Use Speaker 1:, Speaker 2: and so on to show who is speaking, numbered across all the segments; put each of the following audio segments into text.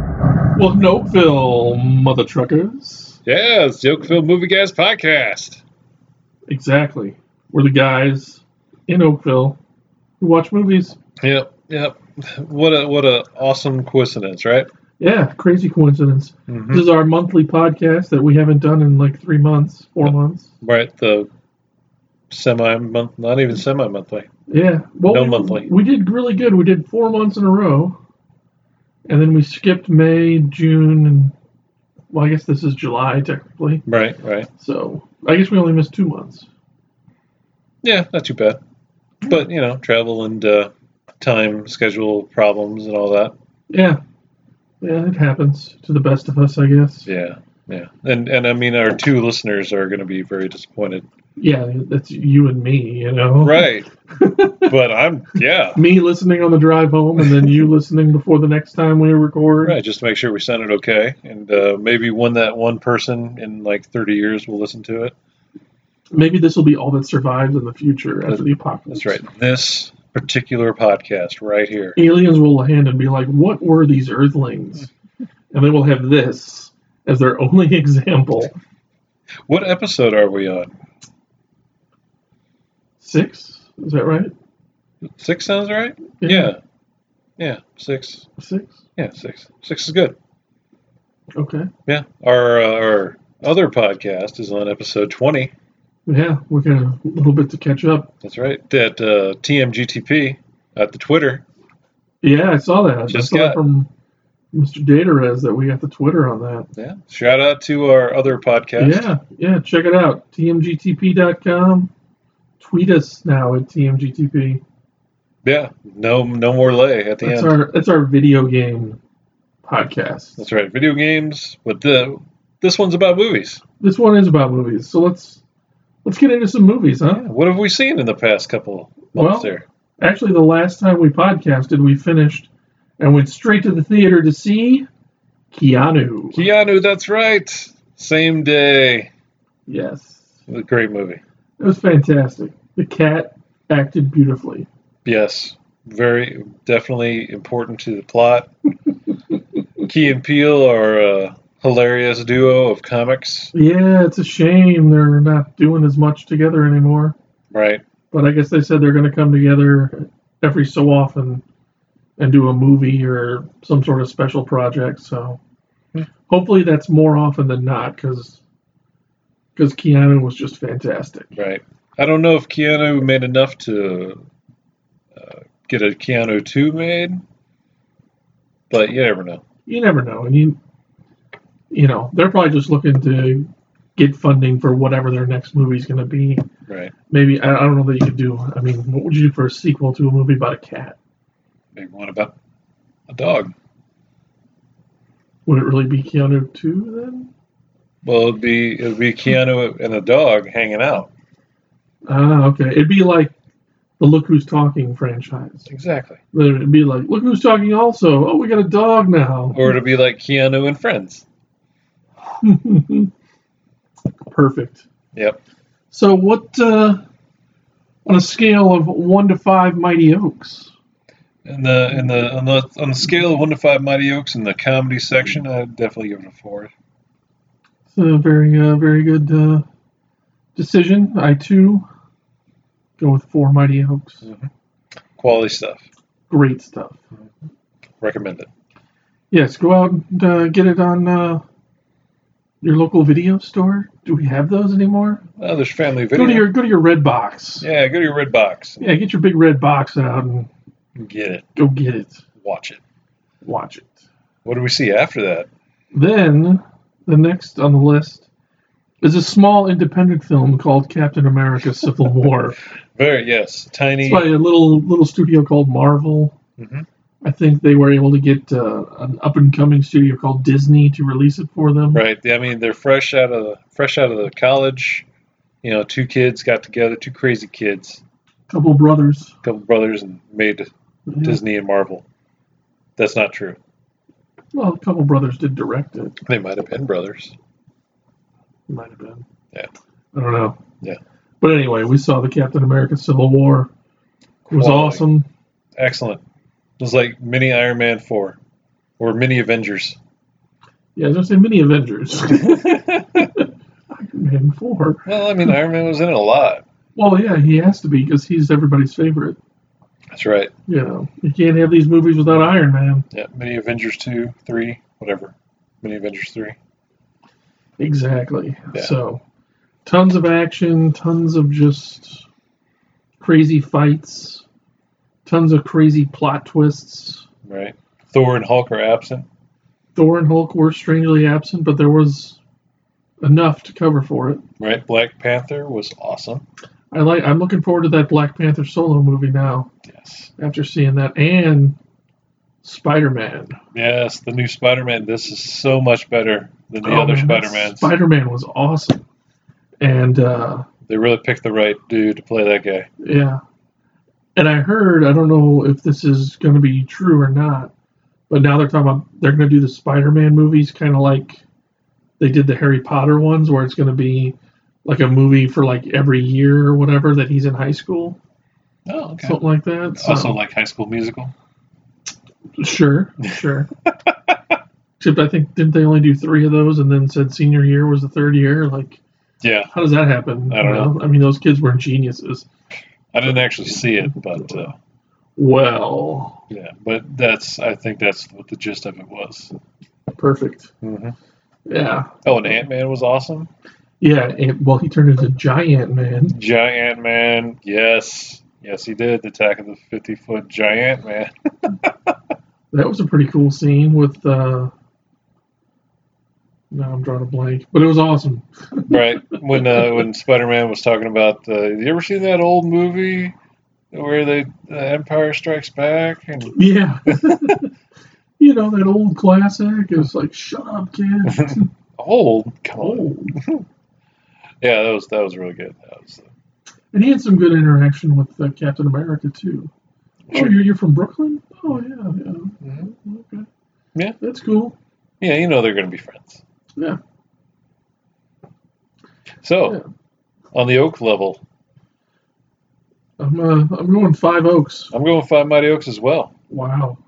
Speaker 1: Welcome to Oakville, mother truckers.
Speaker 2: Yeah, it's the Oakville Movie Guys podcast.
Speaker 1: Exactly. We're the guys in Oakville who watch movies.
Speaker 2: Yep, yep. What a what a awesome coincidence, right?
Speaker 1: Yeah, crazy coincidence.
Speaker 2: Mm-hmm.
Speaker 1: This is our monthly podcast that we haven't done in like three months, four
Speaker 2: Yeah.
Speaker 1: months.
Speaker 2: Right, the semi month, not even semi monthly.
Speaker 1: Yeah. Well,
Speaker 2: No
Speaker 1: we,
Speaker 2: monthly.
Speaker 1: We did really good. We did four months in a row. And then we skipped May, June, and well, I guess this is July technically.
Speaker 2: Right, right.
Speaker 1: So I guess we only missed two months.
Speaker 2: Yeah, not too bad. But you know, travel and uh, time schedule problems and all that.
Speaker 1: Yeah. Yeah, it happens to the best of us, I guess.
Speaker 2: Yeah, yeah. And and I mean, our two listeners are going to be very disappointed.
Speaker 1: Yeah, that's you and me, you know.
Speaker 2: Right. but I'm yeah.
Speaker 1: Me listening on the drive home, and then you listening before the next time we record.
Speaker 2: Right, just to make sure we sounded okay, and uh, maybe one that one person in like 30 years will listen to it.
Speaker 1: Maybe this will be all that survives in the future after the apocalypse.
Speaker 2: That's right. This particular podcast right here.
Speaker 1: Aliens will land and be like, "What were these Earthlings?" and they will have this as their only example.
Speaker 2: What episode are we on?
Speaker 1: Six, is that right?
Speaker 2: Six sounds right? Yeah. yeah. six.
Speaker 1: six.
Speaker 2: Yeah, six. Six is good.
Speaker 1: Okay.
Speaker 2: Yeah. Our, uh, our other podcast is on episode 20.
Speaker 1: Yeah, we got a little bit to catch up.
Speaker 2: That's right. At uh, TMGTP at the Twitter.
Speaker 1: Yeah, I saw that.
Speaker 2: Just
Speaker 1: I saw
Speaker 2: got-
Speaker 1: it from Mr. Daterez that we got the Twitter on that.
Speaker 2: Yeah. Shout out to our other podcast.
Speaker 1: Yeah, yeah, check it out. TMGTP.com. Tweet us now at TMGTP.
Speaker 2: Yeah. No, no more lay at the
Speaker 1: That's
Speaker 2: end.
Speaker 1: our that's our video game podcast.
Speaker 2: That's right. Video games, but the this one's about movies.
Speaker 1: This one is about movies, so let's let's get into some movies, huh?
Speaker 2: What have we seen in the past couple months
Speaker 1: Well,
Speaker 2: there?
Speaker 1: Actually, the last time we podcasted, we finished and went straight to the theater to see Keanu.
Speaker 2: Keanu, that's right. Same day.
Speaker 1: yes,
Speaker 2: It was a great movie.
Speaker 1: it was fantastic. The cat acted beautifully.
Speaker 2: Yes. Very definitely important to the plot. Key and Peele are a hilarious duo of comics,
Speaker 1: Yeah, it's a shame they're not doing as much together anymore.
Speaker 2: right?
Speaker 1: But I guess they said they're going to come together every so often and do a movie or some sort of special project. So
Speaker 2: Hmm.
Speaker 1: hopefully that's more often than not because Keanu was just fantastic.
Speaker 2: Right. I don't know if Keanu made enough to uh, get a Keanu 2 made, but you never know.
Speaker 1: You never know, and you you know they're probably just looking to get funding for whatever their next movie's going to be.
Speaker 2: Right.
Speaker 1: Maybe I, I don't know that you could do. I mean, what would you do for a sequel to a movie about a cat?
Speaker 2: Maybe one about a dog.
Speaker 1: Would it really be Keanu two then?
Speaker 2: Well, it'd be it'd be Keanu and a dog hanging out.
Speaker 1: Ah, okay. It'd be like the Look Who's Talking franchise.
Speaker 2: Exactly.
Speaker 1: Then it'd be like, look who's talking also. Oh, we got a dog now.
Speaker 2: Or it'd be like Keanu and Friends.
Speaker 1: Perfect.
Speaker 2: Yep.
Speaker 1: So what uh, on a scale of one to five mighty oaks?
Speaker 2: In the in the on the on the scale of one to five Mighty Oaks in the comedy section, I'd definitely give it a four.
Speaker 1: It's a very uh, very good uh, decision. I too go with four mighty oaks.
Speaker 2: Quality stuff.
Speaker 1: Great stuff.
Speaker 2: Recommend it.
Speaker 1: Yes, go out and uh, get it on uh, your local video store. Do we have those anymore?
Speaker 2: Oh, there's family video.
Speaker 1: Go to your go to your red box.
Speaker 2: yeah, go to your red box
Speaker 1: yeah, get your big red box out and
Speaker 2: and get it.
Speaker 1: go get it.
Speaker 2: Watch it.
Speaker 1: Watch it.
Speaker 2: What do we see after that?
Speaker 1: Then the next on the list is a small independent film called Captain America: Civil War.
Speaker 2: Very yes. Tiny
Speaker 1: It's by a little little studio called Marvel.
Speaker 2: Mhm.
Speaker 1: I think they were able to get uh, an up and coming studio called Disney to release it for them.
Speaker 2: right. I mean they're fresh out of the fresh out of the college. You know, two kids got together, two crazy kids,
Speaker 1: Couple brothers.
Speaker 2: couple brothers and made
Speaker 1: Yeah.
Speaker 2: Disney and Marvel. That's not true.
Speaker 1: Well, a couple brothers did direct it.
Speaker 2: They might have been brothers.
Speaker 1: It might have been.
Speaker 2: Yeah.
Speaker 1: I don't know.
Speaker 2: Yeah.
Speaker 1: But anyway, we saw the Captain America: Civil War. It was
Speaker 2: Quality.
Speaker 1: awesome.
Speaker 2: Excellent. It was like mini Iron Man 4 or mini Avengers.
Speaker 1: Yeah, I was gonna say mini Avengers. Iron Man four.
Speaker 2: Well, I mean, Iron Man was in it a lot.
Speaker 1: Well, yeah, he has to be because he's everybody's favorite.
Speaker 2: That's right.
Speaker 1: You know, you can't have these movies without Iron Man.
Speaker 2: Yeah, Mini Avengers 2, 3, whatever. Mini Avengers 3.
Speaker 1: Exactly.
Speaker 2: Yeah.
Speaker 1: So, tons of action, tons of just crazy fights, tons of crazy plot twists.
Speaker 2: Right. Thor and Hulk are absent.
Speaker 1: Thor and Hulk were strangely absent, but there was enough to cover for it.
Speaker 2: Right. Black Panther was awesome.
Speaker 1: I like. I'm looking forward to that Black Panther solo movie now.
Speaker 2: Yes.
Speaker 1: After seeing that and Spider-Man.
Speaker 2: Yes, the new Spider Man. This is so much better than the other Oh, Spider Mans.
Speaker 1: Spider-Man was awesome, and uh,
Speaker 2: they really picked the right dude to play that guy.
Speaker 1: Yeah. And I heard, I don't know if this is going to be true or not, but now they're talking about they're going to do the Spider Man movies kind of like they did the Harry Potter ones, where it's going to be like a movie for like every year or whatever that he's in high school,
Speaker 2: Oh, okay.
Speaker 1: something like that. So,
Speaker 2: also, like High School Musical.
Speaker 1: sure, sure. Except I think, didn't they only do three of those and then said senior year was the third year? Like,
Speaker 2: Yeah,
Speaker 1: how does that happen?
Speaker 2: I don't know.
Speaker 1: I mean, those kids were geniuses.
Speaker 2: I didn't actually see it, but uh,
Speaker 1: Well,
Speaker 2: yeah, but that's I think that's what the gist of it was.
Speaker 1: perfect.
Speaker 2: Mm-hmm.
Speaker 1: Yeah.
Speaker 2: Oh, and Ant Man was awesome.
Speaker 1: Yeah, and, well, he turned into Giant Man.
Speaker 2: Giant Man, yes, yes, he did. The attack of the fifty-foot giant man.
Speaker 1: That was a pretty cool scene with. uh Now I'm drawing a blank, but it was awesome.
Speaker 2: right when uh, when Spider Man was talking about, uh, you ever seen that old movie where they the Empire Strikes Back and
Speaker 1: Yeah. you know that old classic. It was like, shut up, kid.
Speaker 2: old, come on.
Speaker 1: oh.
Speaker 2: yeah, that was that was really good. That was uh,
Speaker 1: And he had some good interaction with uh, Captain America too. Oh, Mm-hmm.
Speaker 2: Sure.
Speaker 1: you're, you're from Brooklyn? Oh yeah, yeah.
Speaker 2: Mhm.
Speaker 1: Okay.
Speaker 2: Yeah.
Speaker 1: That's cool.
Speaker 2: yeah, you know they're gonna be friends.
Speaker 1: Yeah.
Speaker 2: So
Speaker 1: Yeah.
Speaker 2: on the Oak level,
Speaker 1: I'm uh, I'm going Five Oaks.
Speaker 2: I'm going Five Mighty Oaks as well.
Speaker 1: Wow.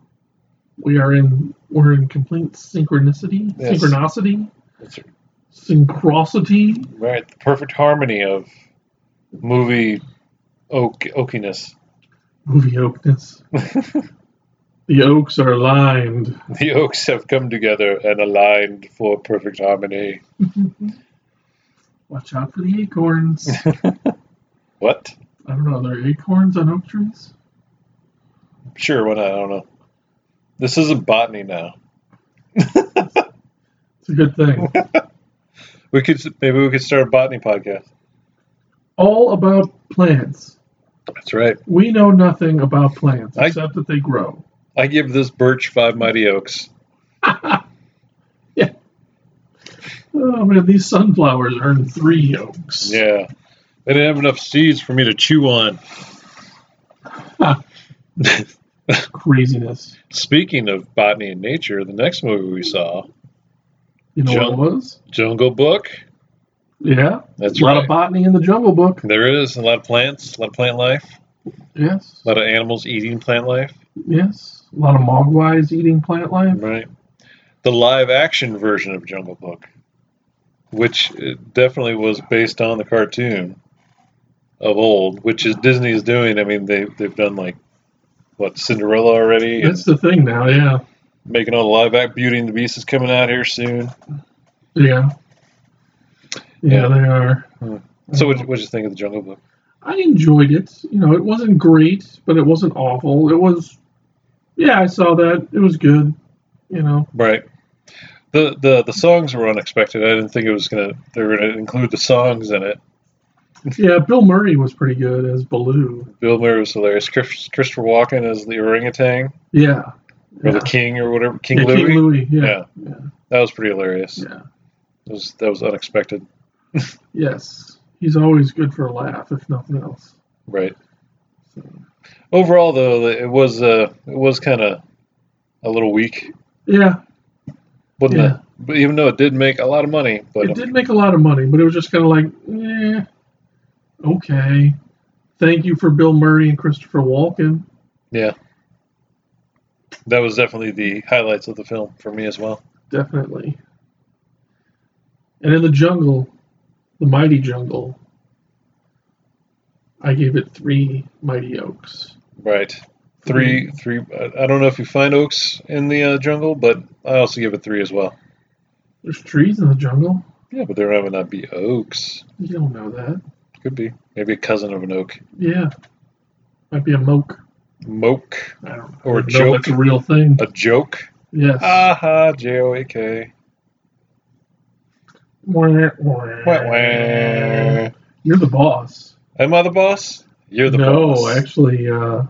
Speaker 1: We are in we're in complete synchronicity,
Speaker 2: Yes.
Speaker 1: synchronicity.
Speaker 2: It's
Speaker 1: Syncrosity.
Speaker 2: right, the perfect harmony of movie oak oakiness.
Speaker 1: Movie oakness. the oaks are aligned.
Speaker 2: The oaks have come together and aligned for perfect harmony.
Speaker 1: Watch out for the acorns. I
Speaker 2: What?
Speaker 1: don't know, are there acorns on oak trees?
Speaker 2: Sure, why not? I don't know. This isn't botany now.
Speaker 1: It's a good thing.
Speaker 2: We could maybe we could start a botany podcast.
Speaker 1: All about plants.
Speaker 2: That's right.
Speaker 1: We know nothing about plants
Speaker 2: I-
Speaker 1: except that they grow.
Speaker 2: I give this birch five mighty oaks.
Speaker 1: Oh man, these sunflowers earn three yolks.
Speaker 2: Yeah. They didn't have enough seeds for me to chew on.
Speaker 1: Craziness.
Speaker 2: Speaking of botany and nature, the next movie we saw,
Speaker 1: You know
Speaker 2: Jung-
Speaker 1: what it was?
Speaker 2: Jungle Book.
Speaker 1: Yeah.
Speaker 2: That's
Speaker 1: a lot
Speaker 2: right.
Speaker 1: of botany in the jungle book.
Speaker 2: there is a lot of plants, a lot of plant life,
Speaker 1: Yes.
Speaker 2: a lot of animals eating plant life.
Speaker 1: Yes. A lot of mogwais eating plant life.
Speaker 2: Right. The live action version of Jungle Book, which uh, definitely was based on the cartoon of old, which is Disney is doing. I mean, they, they've done like, what, Cinderella already? and
Speaker 1: That's the thing now, yeah.
Speaker 2: making all the live act Beauty and the Beast is coming out here soon.
Speaker 1: Yeah. Yeah,
Speaker 2: Yeah.
Speaker 1: they are. Uh,
Speaker 2: Hmm. So, what what you think of the Jungle Book?
Speaker 1: I enjoyed it. You know, it wasn't great, but it wasn't awful. It was, yeah, I saw that. It was good. You know,
Speaker 2: Right. The, the, the songs were unexpected. I didn't think it was gonna they were gonna include the songs in it.
Speaker 1: yeah, Bill Murray was pretty good as Baloo.
Speaker 2: Bill Murray was hilarious. Chris, Christopher Walken as the orangutan
Speaker 1: Yeah,
Speaker 2: or
Speaker 1: yeah.
Speaker 2: the king or whatever King
Speaker 1: Yeah,
Speaker 2: Louis.
Speaker 1: King Louis. Yeah.
Speaker 2: Yeah.
Speaker 1: yeah,
Speaker 2: That was pretty hilarious.
Speaker 1: yeah.
Speaker 2: That was that was unexpected.
Speaker 1: Yes, he's always good for a laugh, if nothing else.
Speaker 2: Right.
Speaker 1: So,
Speaker 2: Overall, though, it was uh it was kind of a little weak.
Speaker 1: yeah,
Speaker 2: Wasn't
Speaker 1: Yeah.
Speaker 2: it? But even though it did make a lot of money, but
Speaker 1: it did make a lot of money, but it was just kind of like, eh, okay. Thank you for Bill Murray and Christopher Walken.
Speaker 2: that was definitely the highlights of the film for me as well.
Speaker 1: Definitely. And in the jungle, the mighty jungle, I gave it three mighty oaks.
Speaker 2: Right.
Speaker 1: Mm-hmm.
Speaker 2: Three, three. I I don't know if you find oaks in the uh, jungle, but I also give it three as well.
Speaker 1: There's trees in the jungle.
Speaker 2: Yeah, but there might not be oaks.
Speaker 1: You don't know that.
Speaker 2: Could be maybe a cousin of an oak,
Speaker 1: Yeah. Might be a moke.
Speaker 2: moke,
Speaker 1: I don't know.
Speaker 2: Or a
Speaker 1: know if
Speaker 2: joke.
Speaker 1: that's a real thing.
Speaker 2: a joke.
Speaker 1: Yes.
Speaker 2: Aha, J O A K.
Speaker 1: Wah,
Speaker 2: Wah,
Speaker 1: wah.
Speaker 2: wah.
Speaker 1: You're the boss.
Speaker 2: Am I the boss? You're the
Speaker 1: no,
Speaker 2: boss.
Speaker 1: actually, uh,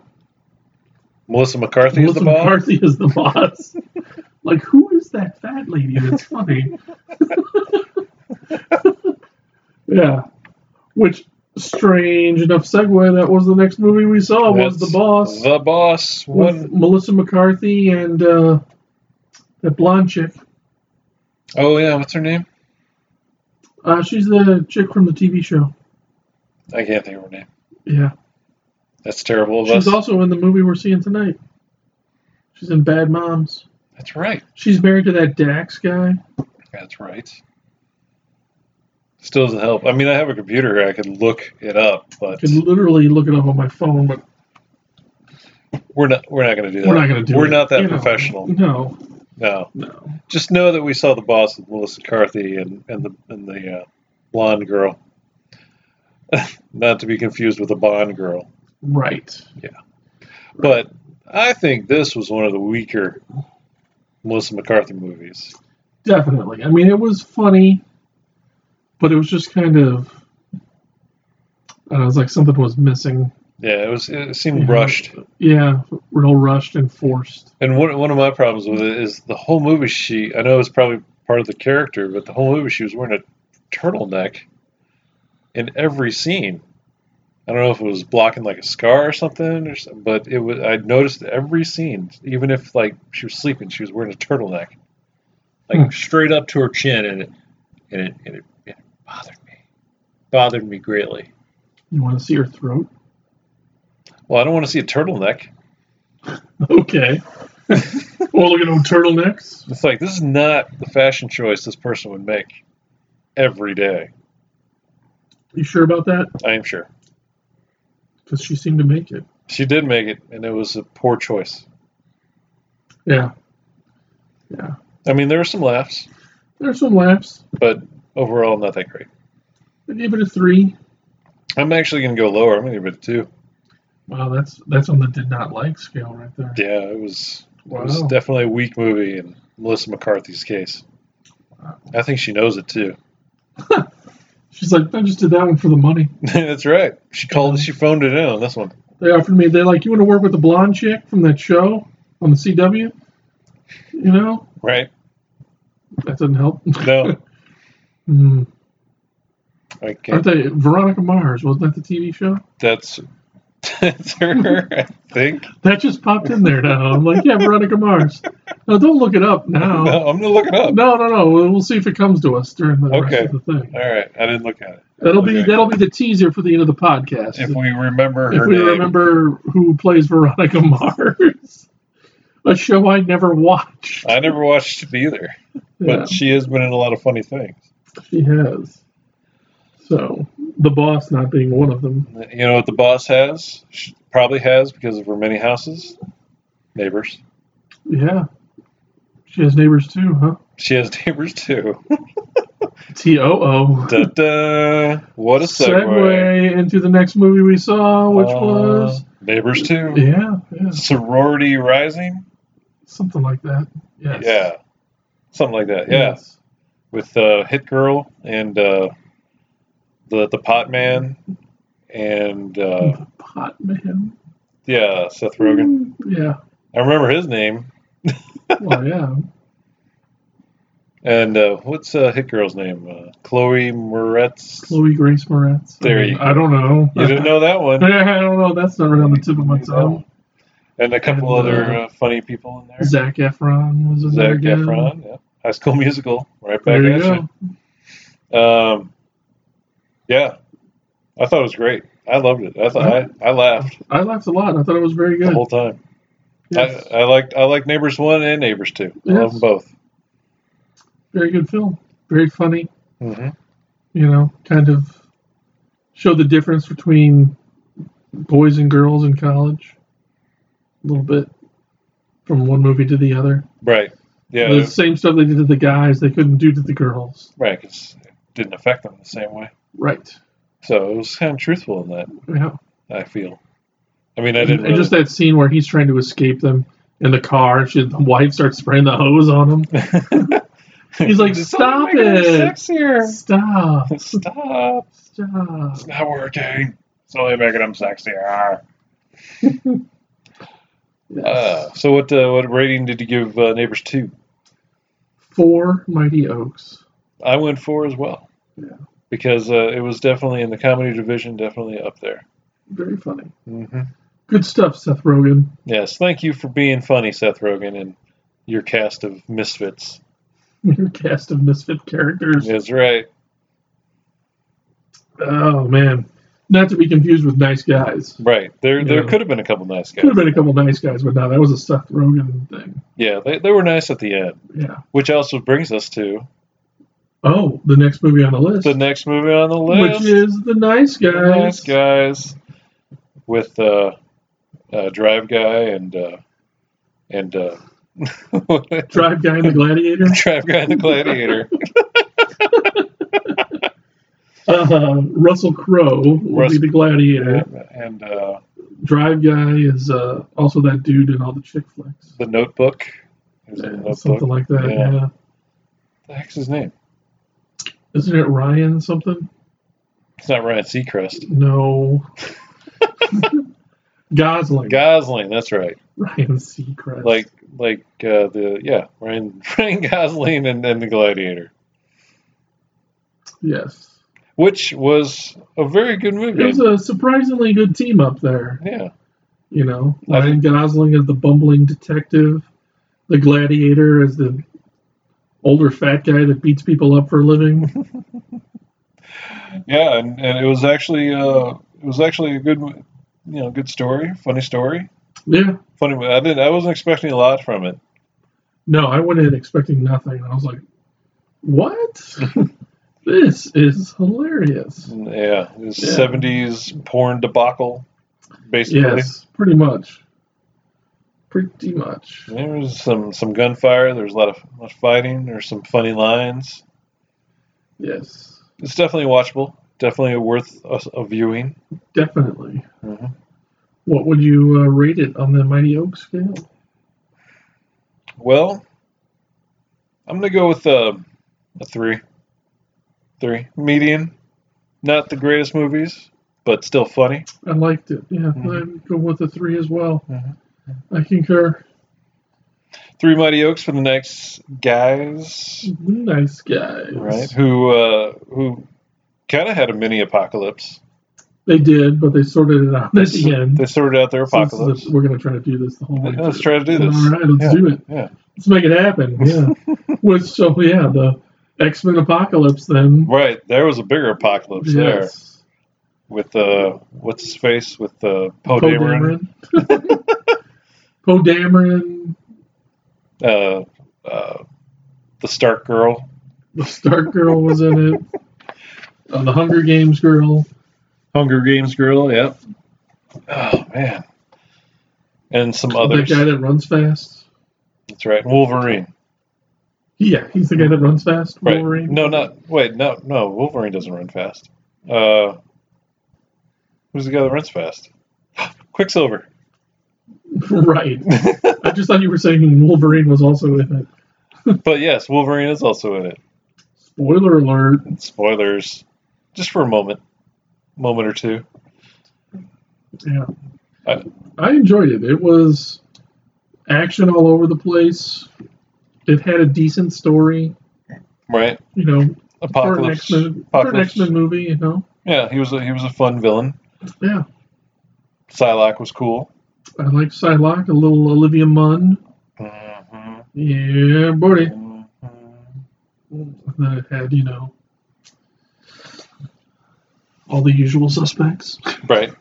Speaker 2: Melissa McCarthy is
Speaker 1: Melissa
Speaker 2: the boss.
Speaker 1: McCarthy is the boss. like, who is that fat lady that's funny? yeah. Which, strange enough segue, that was the next movie we saw was
Speaker 2: That's
Speaker 1: The Boss
Speaker 2: The boss.
Speaker 1: with
Speaker 2: One.
Speaker 1: Melissa McCarthy and uh, that blonde chick.
Speaker 2: Oh yeah, what's her name?
Speaker 1: Uh, she's the chick from the TV show.
Speaker 2: I can't think of her name.
Speaker 1: Yeah.
Speaker 2: That's terrible of
Speaker 1: She's
Speaker 2: us.
Speaker 1: also in the movie we're seeing tonight. She's in Bad Moms.
Speaker 2: That's right.
Speaker 1: She's married to that Dax guy.
Speaker 2: That's right. Still doesn't help. I mean, I have a computer here. I could look it up,
Speaker 1: I
Speaker 2: but
Speaker 1: could literally look it up on my phone, but
Speaker 2: we're not. We're not going to do that.
Speaker 1: we're not going to do
Speaker 2: We're
Speaker 1: it.
Speaker 2: not that
Speaker 1: You know,
Speaker 2: professional.
Speaker 1: No,
Speaker 2: No.
Speaker 1: no.
Speaker 2: Just know that we saw the boss with Melissa McCarthy and and the and the uh, blonde girl. not to be confused with the Bond girl.
Speaker 1: Right.
Speaker 2: But I think this was one of the weaker Melissa McCarthy movies.
Speaker 1: Definitely. I mean, it was funny, but it was just kind of. I don't know, it was like something was missing.
Speaker 2: Yeah, it was. It seemed
Speaker 1: Yeah.
Speaker 2: rushed.
Speaker 1: Yeah, real rushed and forced.
Speaker 2: And one one of my problems with it is the whole movie. She I know it's probably part of the character, but the whole movie she was wearing a turtleneck in every scene. I don't know if it was blocking like a scar or something, or something but it was. I noticed every scene, even if like she was sleeping, she was wearing a turtleneck, like
Speaker 1: Hmm.
Speaker 2: straight up to her chin, and it and it, and it, and it bothered me, bothered me greatly.
Speaker 1: You want to see her throat?
Speaker 2: Well, I don't want to see a turtleneck.
Speaker 1: Okay. well, look at them turtlenecks.
Speaker 2: It's like this is not the fashion choice this person would make every day.
Speaker 1: You sure about that?
Speaker 2: I am sure
Speaker 1: Because she seemed to make it.
Speaker 2: she did make it, and it was a poor choice.
Speaker 1: Yeah.
Speaker 2: I mean, there were some laughs,
Speaker 1: There's some laughs.
Speaker 2: but overall, not that great.
Speaker 1: I gave it a three.
Speaker 2: I'm actually going to go lower. I'm going to give it a two.
Speaker 1: Wow, that's that's on the did not like scale right there.
Speaker 2: Yeah, it was it
Speaker 1: Wow.
Speaker 2: was definitely a weak movie in Melissa McCarthy's case. I think she knows it too.
Speaker 1: She's like, I just did that one for the money.
Speaker 2: That's right. She called. She phoned it in on this one.
Speaker 1: They offered me, they're like, you want to work with the blonde chick from that show on the CW? You know,
Speaker 2: Right?
Speaker 1: that doesn't help.
Speaker 2: No,
Speaker 1: Hmm.
Speaker 2: I
Speaker 1: Aren't
Speaker 2: can't.
Speaker 1: they Veronica Mars? Wasn't that the TV show?
Speaker 2: That's that's her. I think.
Speaker 1: That just popped in there now. I'm like, yeah, Veronica Mars. No, don't look it up now.
Speaker 2: No, I'm going to look it up.
Speaker 1: No, no, no. We'll we'll see if it comes to us during the
Speaker 2: Okay.
Speaker 1: rest of the thing.
Speaker 2: All right, I didn't look at it.
Speaker 1: That'll be
Speaker 2: Okay.
Speaker 1: that'll be the teaser for the end of the podcast.
Speaker 2: if we remember
Speaker 1: if
Speaker 2: her
Speaker 1: we
Speaker 2: name.
Speaker 1: remember who plays Veronica Mars, a show I never watched.
Speaker 2: I never watched it either, but
Speaker 1: Yeah,
Speaker 2: she has been in a lot of funny things.
Speaker 1: she has. So the boss not being one of them.
Speaker 2: You know what the boss has? She probably has because of her many houses, neighbors.
Speaker 1: Yeah, she has neighbors too, huh?
Speaker 2: She has neighbors too.
Speaker 1: T O O.
Speaker 2: da, da. What a segue!
Speaker 1: Segue into the next movie we saw, which
Speaker 2: Uh,
Speaker 1: was
Speaker 2: neighbors too.
Speaker 1: yeah, yeah,
Speaker 2: Sorority rising.
Speaker 1: something like that. Yes.
Speaker 2: Yeah, something like that. Yeah,
Speaker 1: Yes.
Speaker 2: with uh, Hit Girl and uh, the the Pot Man and uh,
Speaker 1: The pot man.
Speaker 2: yeah Seth Rogen.
Speaker 1: Yeah.
Speaker 2: I remember his name.
Speaker 1: Well, yeah.
Speaker 2: And uh, what's uh, Hit Girl's name? Uh, Chloe Moretz.
Speaker 1: Chloe Grace Moretz.
Speaker 2: There you
Speaker 1: I don't know.
Speaker 2: You didn't know that one.
Speaker 1: I don't know. That's not right on the tip of my tongue.
Speaker 2: And a couple
Speaker 1: And, uh,
Speaker 2: other uh, funny people in there.
Speaker 1: Zach Efron was another
Speaker 2: Zac
Speaker 1: guy.
Speaker 2: Efron. Yeah. High School Musical. Right
Speaker 1: There
Speaker 2: back
Speaker 1: you
Speaker 2: at
Speaker 1: go.
Speaker 2: you. Um, yeah. I thought it was great. I loved it. I thought I, I laughed
Speaker 1: I laughed a lot. I thought it was very
Speaker 2: the
Speaker 1: good.
Speaker 2: whole time.
Speaker 1: Yes.
Speaker 2: I, I liked I liked Neighbors One and Neighbors Two. I love
Speaker 1: Yes.
Speaker 2: them both.
Speaker 1: very good film. Very funny.
Speaker 2: hmm
Speaker 1: you know, kind of show the difference between boys and girls in college a little bit from one movie to the other.
Speaker 2: Right. Yeah.
Speaker 1: the same stuff they did to the guys, they couldn't do to the girls.
Speaker 2: Right. 'cause it didn't affect them the same way.
Speaker 1: Right.
Speaker 2: So it was kind of truthful in that.
Speaker 1: Yeah.
Speaker 2: I feel. I mean, I
Speaker 1: And,
Speaker 2: didn't. Really,
Speaker 1: just that scene where he's trying to escape them in the car, she, the wife starts spraying the hose on him. He's like,
Speaker 2: Just "Oh,
Speaker 1: "Stop
Speaker 2: make
Speaker 1: it."
Speaker 2: Sexier.
Speaker 1: Stop.
Speaker 2: Stop.
Speaker 1: Stop.
Speaker 2: It's not working. It's only making them sexier.
Speaker 1: Yes.
Speaker 2: Uh, so what uh, what rating did you give uh, Neighbors two?
Speaker 1: Four mighty oaks.
Speaker 2: I went four as well.
Speaker 1: Yeah.
Speaker 2: Because uh, it was definitely in the comedy division, definitely up there.
Speaker 1: Very funny.
Speaker 2: Mm-hmm.
Speaker 1: Good stuff, Seth Rogen.
Speaker 2: Yes, thank you for being funny, Seth Rogen, and your cast of misfits.
Speaker 1: Your cast of misfit characters.
Speaker 2: That's right.
Speaker 1: Oh man, not to be confused with nice guys.
Speaker 2: Right. There there
Speaker 1: Yeah.
Speaker 2: could have been a couple nice guys.
Speaker 1: Could have been a couple nice guys, but no, that was a Seth Rogen thing.
Speaker 2: Yeah, they, they were nice at the end,
Speaker 1: Yeah.
Speaker 2: which also brings us to
Speaker 1: Oh, the next movie on the list,
Speaker 2: the next movie on the list.
Speaker 1: which is the Nice Guys.
Speaker 2: The Nice Guys with uh, uh, Drive Guy and uh, and uh,
Speaker 1: Drive Guy and the Gladiator.
Speaker 2: Drive Guy and the Gladiator.
Speaker 1: Uh, Russell Crowe will
Speaker 2: Russ-
Speaker 1: be the Gladiator.
Speaker 2: and uh,
Speaker 1: Drive Guy is uh, also that dude in all the chick flicks.
Speaker 2: the Notebook. He was in the
Speaker 1: Yeah,
Speaker 2: Notebook.
Speaker 1: something like that.
Speaker 2: Yeah.
Speaker 1: Yeah.
Speaker 2: What the heck's his name?
Speaker 1: Isn't it Ryan something?
Speaker 2: It's not Ryan Seacrest.
Speaker 1: No. Gosling.
Speaker 2: Gosling, that's right.
Speaker 1: Ryan Seacrest.
Speaker 2: Like like uh, the yeah, Ryan Ryan Gosling and, and the Gladiator.
Speaker 1: yes.
Speaker 2: Which was a very good movie.
Speaker 1: It was a surprisingly good team up there.
Speaker 2: yeah.
Speaker 1: You know,
Speaker 2: I
Speaker 1: Ryan Gosling as the bumbling detective, the gladiator as the older fat guy that beats people up for a living.
Speaker 2: Yeah, and, and it was actually uh, it was actually a good you know, good story, funny story.
Speaker 1: yeah.
Speaker 2: funny. but I didn't. I wasn't expecting a lot from it.
Speaker 1: No, I went in expecting nothing. I was like, what? this is hilarious.
Speaker 2: Yeah, this
Speaker 1: Yeah.
Speaker 2: seventies porn debacle, basically.
Speaker 1: Yes, pretty much. Pretty much.
Speaker 2: There was some some gunfire. There was a lot of, lot of fighting. There's some funny lines.
Speaker 1: Yes,
Speaker 2: It's definitely watchable. Definitely worth a, a viewing.
Speaker 1: definitely.
Speaker 2: Mhm.
Speaker 1: What would you uh, rate it on the Mighty Oak scale?
Speaker 2: Well, I'm gonna go with uh, a three. Three median. Not the greatest movies, but still funny.
Speaker 1: I liked it. Yeah,
Speaker 2: Mhm.
Speaker 1: I'd go with the three as well.
Speaker 2: Mhm.
Speaker 1: I concur.
Speaker 2: Three Mighty Oaks for the next guys.
Speaker 1: Nice guys.
Speaker 2: right? Who uh, who kind of had a mini apocalypse.
Speaker 1: They did, but they sorted it out at the end.
Speaker 2: They sorted out their
Speaker 1: Since
Speaker 2: apocalypse.
Speaker 1: this- We're going to try to do this the whole way.
Speaker 2: Let's
Speaker 1: through.
Speaker 2: try to do this.
Speaker 1: All right, let's
Speaker 2: Yeah,
Speaker 1: do it.
Speaker 2: yeah.
Speaker 1: Let's make it happen. Yeah. With so yeah, the X Men apocalypse then.
Speaker 2: Right, there was a bigger apocalypse there
Speaker 1: Yes.
Speaker 2: with uh, what's his face with uh,
Speaker 1: Poe
Speaker 2: Poe Dameron,
Speaker 1: Dameron. Poe Dameron,
Speaker 2: uh, uh, the Stark girl,
Speaker 1: the Stark girl was in it. Uh, the Hunger Games girl.
Speaker 2: Hunger Games girl. Yep. Oh man, and some others.
Speaker 1: That guy that runs fast.
Speaker 2: That's right, Wolverine.
Speaker 1: Yeah, he's the guy that runs fast.
Speaker 2: Right.
Speaker 1: Wolverine.
Speaker 2: No, not wait. No, no. Wolverine doesn't run fast. Uh, who's the guy that runs fast? Quicksilver.
Speaker 1: Right. I just thought you were saying Wolverine was also in it.
Speaker 2: But yes, Wolverine is also in it.
Speaker 1: Spoiler alert.
Speaker 2: And spoilers, just for a moment, moment or two.
Speaker 1: Yeah.
Speaker 2: I-
Speaker 1: I enjoyed it. It was action all over the place. It had a decent story,
Speaker 2: Right?
Speaker 1: you know, for an
Speaker 2: Apocalypse.
Speaker 1: X-Men, for an
Speaker 2: Apocalypse.
Speaker 1: X-Men movie, you know.
Speaker 2: Yeah, he was a, he was a fun villain.
Speaker 1: Yeah.
Speaker 2: Psylocke was cool.
Speaker 1: I like Psylocke, a little Olivia Munn.
Speaker 2: Mhm.
Speaker 1: Yeah, buddy.
Speaker 2: Mhm.
Speaker 1: And then it had, you know, all the usual suspects.
Speaker 2: Right.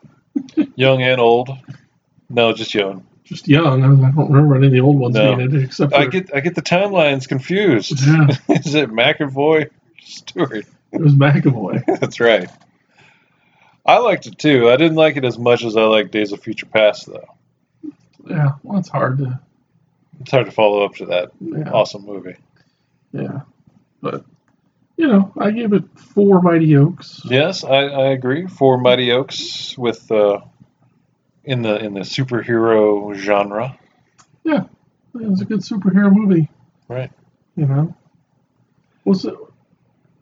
Speaker 2: Young and old. No, just young.
Speaker 1: Just young. I don't I don't remember any of the old ones
Speaker 2: No.
Speaker 1: being in it, except for,
Speaker 2: I get I get the timelines confused.
Speaker 1: Yeah.
Speaker 2: is it McAvoy Stewart.
Speaker 1: It was McAvoy.
Speaker 2: That's right. I liked it too. I didn't like it as much as I like Days of Future Past, though.
Speaker 1: Yeah, well, it's hard to.
Speaker 2: It's hard to follow up to that
Speaker 1: Yeah,
Speaker 2: awesome movie.
Speaker 1: yeah, but you know, I gave it four mighty oaks.
Speaker 2: Yes, I, I agree. Four Mighty Oaks with uh, in the in the superhero genre.
Speaker 1: It was a good superhero movie.
Speaker 2: Right.
Speaker 1: You know, was it,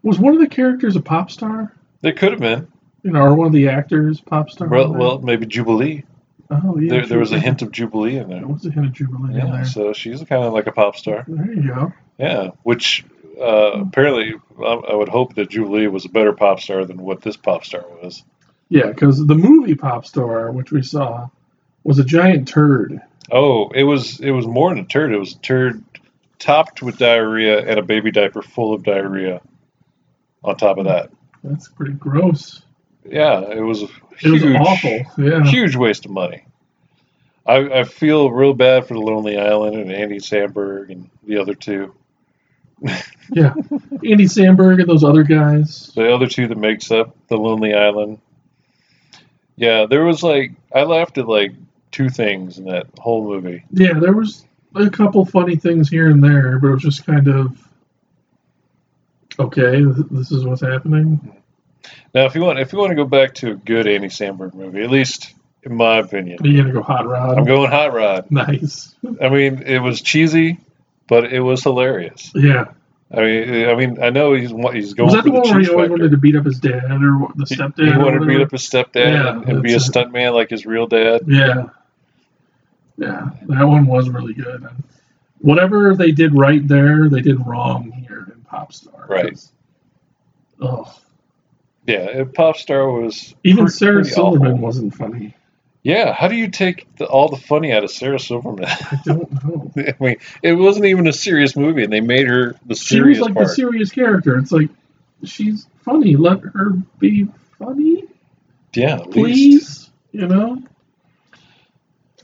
Speaker 1: was one of the characters a pop star?
Speaker 2: There could have been.
Speaker 1: You know, or one of the actors pop star?
Speaker 2: Well, well maybe Jubilee.
Speaker 1: oh yeah,
Speaker 2: There, there was a
Speaker 1: sure.
Speaker 2: hint of Jubilee in
Speaker 1: There
Speaker 2: there.
Speaker 1: was a hint of Jubilee in
Speaker 2: Yeah,
Speaker 1: there.
Speaker 2: so she's kind of like a pop star.
Speaker 1: There you go.
Speaker 2: Yeah, which uh, apparently I, I would hope that Jubilee was a better pop star than what this pop star was.
Speaker 1: Yeah, because the movie Pop Star, which we saw, was a giant turd.
Speaker 2: Oh, it was it was more than a turd. It was a turd topped with diarrhea and a baby diaper full of diarrhea. On top of that,
Speaker 1: That's pretty gross.
Speaker 2: yeah, it was a
Speaker 1: It
Speaker 2: huge,
Speaker 1: was awful. Yeah.
Speaker 2: huge waste of money. I, I feel real bad for the Lonely Island and Andy Samberg and the other two,
Speaker 1: Yeah. Andy Samberg and those other guys.
Speaker 2: the other two that makes up the Lonely Island. Yeah, there was like I laughed at like two things in that whole movie.
Speaker 1: Yeah, there was a couple funny things here and there, but it was just kind of okay. th- This is what's happening.
Speaker 2: Now, if you want, if you want to go back to a good Andy Samberg movie, at least in my opinion,
Speaker 1: Are you gonna go hot rod?
Speaker 2: I'm going Hot Rod.
Speaker 1: nice.
Speaker 2: I mean, it was cheesy, but it was hilarious.
Speaker 1: Yeah.
Speaker 2: I mean, I mean, I know he's wa- he's going
Speaker 1: Was that
Speaker 2: for
Speaker 1: the one
Speaker 2: the
Speaker 1: where he
Speaker 2: cheese
Speaker 1: always wanted
Speaker 2: factor.
Speaker 1: to beat up his dad or what- the
Speaker 2: He,
Speaker 1: stepdad?
Speaker 2: he
Speaker 1: or
Speaker 2: wanted to beat
Speaker 1: whatever?
Speaker 2: up his stepdad
Speaker 1: Yeah,
Speaker 2: and, and be a
Speaker 1: that's it.
Speaker 2: stuntman like his real dad.
Speaker 1: Yeah. Yeah, that one was really good. And whatever they did right there, they did wrong here in Popstar.
Speaker 2: Right.
Speaker 1: 'Cause- Ugh.
Speaker 2: Yeah, and Popstar was
Speaker 1: Even
Speaker 2: pre-
Speaker 1: Sarah
Speaker 2: pretty
Speaker 1: Silverman
Speaker 2: awful.
Speaker 1: wasn't funny.
Speaker 2: Yeah, how do you take the, all the funny out of Sarah Silverman?
Speaker 1: I don't know.
Speaker 2: I mean, it wasn't even a serious movie, and they made her
Speaker 1: She
Speaker 2: the
Speaker 1: was
Speaker 2: serious
Speaker 1: like
Speaker 2: part.
Speaker 1: the serious character. It's like she's funny. Let her be funny,
Speaker 2: yeah, at least.
Speaker 1: please. You know?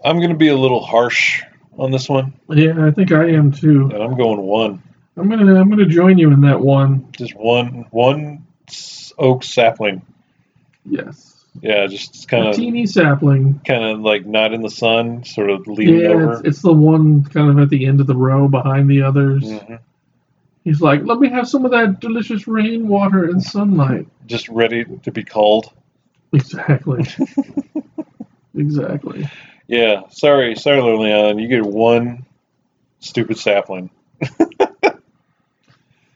Speaker 2: I'm going to be a little harsh on this one,
Speaker 1: Yeah, I think I am too.
Speaker 2: and I'm going one,
Speaker 1: I'm gonna I'm gonna join you in that one.
Speaker 2: just one, one s- oak sapling.
Speaker 1: Yes.
Speaker 2: Yeah, just kind
Speaker 1: A
Speaker 2: of,
Speaker 1: teeny sapling.
Speaker 2: kind of like not in the sun, sort of leaning
Speaker 1: Yeah,
Speaker 2: over.
Speaker 1: it's, it's the one kind of at the end of the row behind the others.
Speaker 2: Mhm.
Speaker 1: He's like, let me have some of that delicious rainwater and sunlight.
Speaker 2: Just ready to be called.
Speaker 1: Exactly. exactly.
Speaker 2: Yeah, sorry, sorry, Lonely Island. You get one stupid sapling.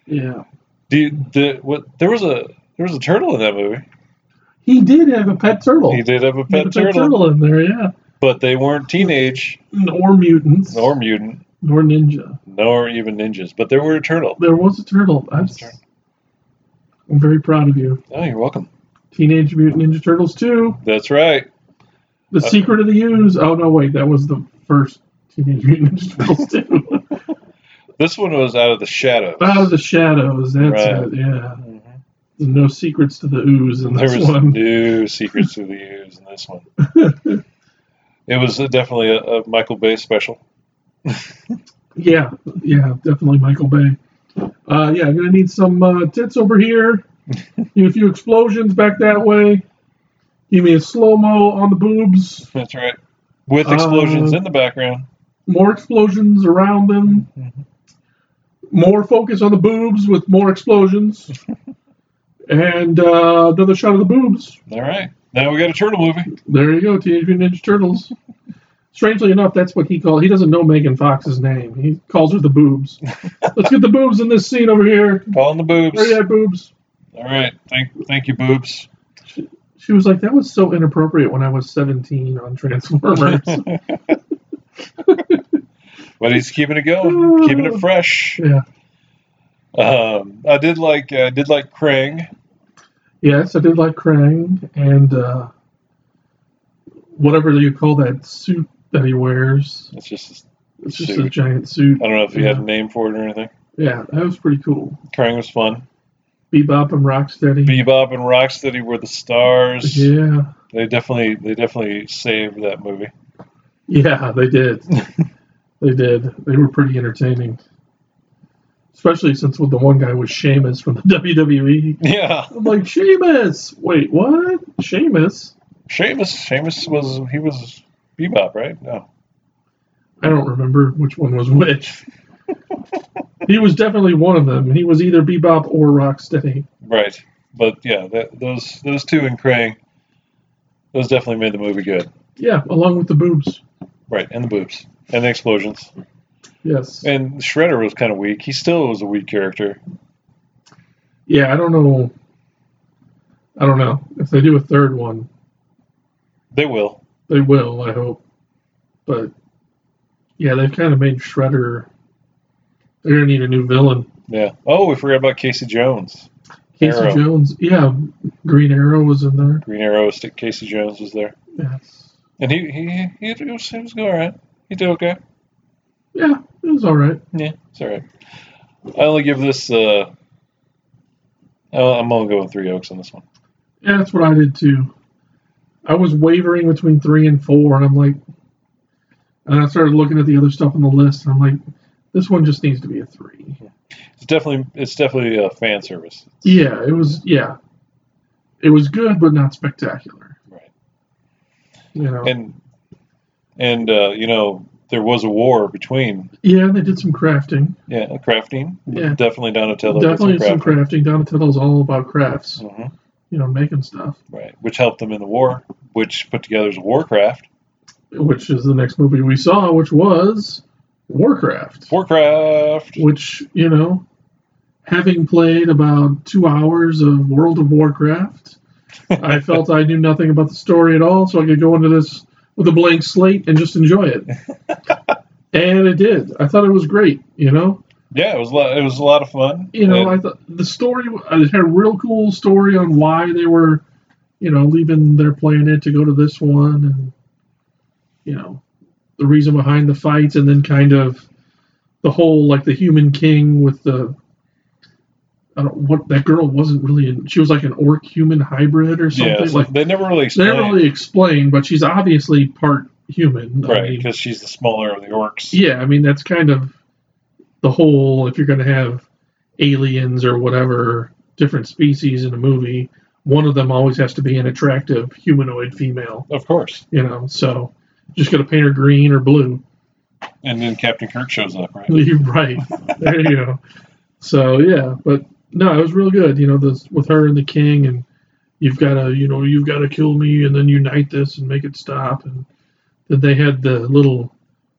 Speaker 1: Yeah.
Speaker 2: Do you, the what? There was a there was a turtle in that movie.
Speaker 1: He did have a pet turtle.
Speaker 2: He did have a
Speaker 1: He had
Speaker 2: pet turtle,
Speaker 1: in there, yeah.
Speaker 2: but they weren't teenage
Speaker 1: Nor mutants.
Speaker 2: nor mutant
Speaker 1: nor ninja.
Speaker 2: nor even ninjas. But there were a turtle.
Speaker 1: There was a turtle. That's,
Speaker 2: Turtle.
Speaker 1: I'm very proud of you.
Speaker 2: Oh, you're welcome.
Speaker 1: Teenage Mutant Ninja Turtles 2,
Speaker 2: That's right.
Speaker 1: The
Speaker 2: Uh,
Speaker 1: Secret of the Use. Oh, no, wait. That was the first Teenage Mutant Ninja Turtles 2.
Speaker 2: This one was out of the shadows.
Speaker 1: Out of the shadows. That's
Speaker 2: Right.
Speaker 1: it, yeah.
Speaker 2: Mhm.
Speaker 1: There's no secrets to the ooze in
Speaker 2: There
Speaker 1: this
Speaker 2: was
Speaker 1: one.
Speaker 2: no secrets to the use in this one. It was definitely a, a Michael Bay special.
Speaker 1: Yeah, yeah, definitely Michael Bay. Uh, yeah, I'm gonna need some uh, tits over here. need a few explosions back that way. Give me a slow mo on the boobs.
Speaker 2: That's right. With explosions
Speaker 1: Uh,
Speaker 2: in the background.
Speaker 1: More explosions around them.
Speaker 2: Mm-hmm.
Speaker 1: More focus on the boobs with more explosions. and uh, another shot of the boobs.
Speaker 2: All right. Now we got a turtle movie.
Speaker 1: There you go, Teenage Mutant Ninja Turtles. Strangely enough, that's what he called. He doesn't know Megan Fox's name. He calls her the boobs. Let's get the boobs in this scene over here.
Speaker 2: Calling the boobs.
Speaker 1: Where you at, boobs?
Speaker 2: All right. Thank, thank you, boobs.
Speaker 1: She was like, "That was so inappropriate when I was 17 on Transformers."
Speaker 2: But he's keeping it going, keeping it fresh.
Speaker 1: yeah.
Speaker 2: Um, I did like I did like Krang.
Speaker 1: Yes, I did like Krang and uh, whatever you call that suit that he wears.
Speaker 2: It's just
Speaker 1: It's just a
Speaker 2: Suit.
Speaker 1: giant suit.
Speaker 2: I don't know if he had a
Speaker 1: Yeah.
Speaker 2: name for it or anything.
Speaker 1: Yeah, that was pretty cool.
Speaker 2: Krang was fun.
Speaker 1: Bebop and Rocksteady.
Speaker 2: Bebop and Rocksteady were the stars.
Speaker 1: yeah,
Speaker 2: They definitely they definitely saved that movie.
Speaker 1: yeah, they did. they did. They were pretty entertaining. Especially since the one guy was Sheamus from the WWE.
Speaker 2: Yeah,
Speaker 1: I'm like, Sheamus! Wait, what? Sheamus?
Speaker 2: Sheamus. Sheamus was he was Bebop, right? No,
Speaker 1: I don't remember which one was which. he was definitely one of them. He was either Bebop or Rocksteady.
Speaker 2: right. But yeah, that, those those two and Krang, those definitely made the movie good.
Speaker 1: Yeah, along with the boobs.
Speaker 2: Right, and the boobs and the explosions.
Speaker 1: Yes.
Speaker 2: And Shredder was kind of weak. He still was a weak character.
Speaker 1: Yeah, I don't know. I don't know. If they do a third one,
Speaker 2: They will.
Speaker 1: they will, I hope. But yeah, they've kind of made Shredder. They're going to need a new villain.
Speaker 2: Yeah. Oh, we forgot about Casey Jones.
Speaker 1: Casey
Speaker 2: Arrow.
Speaker 1: Jones. Yeah, Green Arrow was in there.
Speaker 2: Green Arrow. stick- Casey Jones was there,
Speaker 1: Yes.
Speaker 2: and he he he, he was, he was all right. He did okay.
Speaker 1: Yeah, it was all right.
Speaker 2: Yeah, it's all right. I only give this. Uh, I- I'm only going three oaks on this one.
Speaker 1: Yeah, that's what I did too. I was wavering between three and four, and I'm like, and I started looking at the other stuff on the list, and I'm like, this one just needs to be a three.
Speaker 2: It's definitely it's definitely uh, fan service.
Speaker 1: Yeah, it was. Yeah, it was good, but not spectacular.
Speaker 2: Right.
Speaker 1: You know.
Speaker 2: And and uh, you know there was a war between
Speaker 1: yeah, they did some crafting.
Speaker 2: yeah crafting.
Speaker 1: Yeah.
Speaker 2: Definitely Donatello. did
Speaker 1: Definitely some
Speaker 2: some crafting.
Speaker 1: crafting. Donatello's all about crafts.
Speaker 2: Mhm,
Speaker 1: You know, making stuff,
Speaker 2: Right, which helped them in the war, which put together is Warcraft.
Speaker 1: which is the next movie we saw, which was Warcraft.
Speaker 2: Warcraft.
Speaker 1: which you know having played about two hours of world of warcraft i felt i knew nothing about the story at all so i could go into this with a blank slate and just enjoy it and it did i thought it was great you know
Speaker 2: Yeah, it was a lot, it was a lot of fun.
Speaker 1: you know
Speaker 2: And-
Speaker 1: i thought the story it had a real cool story on why they were you know leaving their planet to go to this one and you know the reason behind the fights and then kind of the whole like the human king with the I don't what that girl wasn't really in she was like an orc human hybrid or something
Speaker 2: yeah, so
Speaker 1: like
Speaker 2: they never really
Speaker 1: they
Speaker 2: explained.
Speaker 1: don't really explain but she's obviously part human I
Speaker 2: right,
Speaker 1: mean,
Speaker 2: because she's the smaller of the orcs.
Speaker 1: yeah, I mean that's kind of the whole. If you're going to have aliens or whatever different species in a movie, one of them always has to be an attractive humanoid female.
Speaker 2: Of course.
Speaker 1: You know, so just going to paint her green or blue.
Speaker 2: And then Captain Kirk shows up, right?
Speaker 1: You're right. there you go. So yeah, but no, it was real good. You know, this with her and the king, and you've got to, you know, you've got to kill me, and then unite this and make it stop. And then they had the little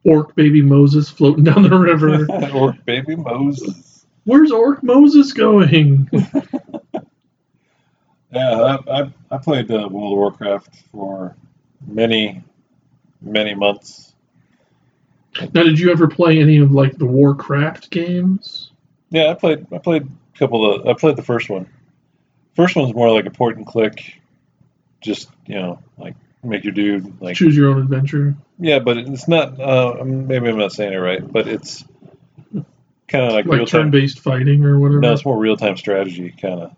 Speaker 1: orc baby Moses floating down the river.
Speaker 2: or Baby Moses.
Speaker 1: Where's Orc Moses going?
Speaker 2: Yeah, I, I, I played uh, World of Warcraft for many, many months.
Speaker 1: now, did you ever play any of like the Warcraft games?
Speaker 2: Yeah, I played I played a couple of I played the first one. First one's more like a point and click, just you know, like make your dude like
Speaker 1: Choose your own adventure.
Speaker 2: yeah, but it's not. Uh, maybe I'm not saying it right, but it's kind of like,
Speaker 1: Like
Speaker 2: real time.
Speaker 1: turn-based fighting or whatever.
Speaker 2: No, it's more real time strategy, kind of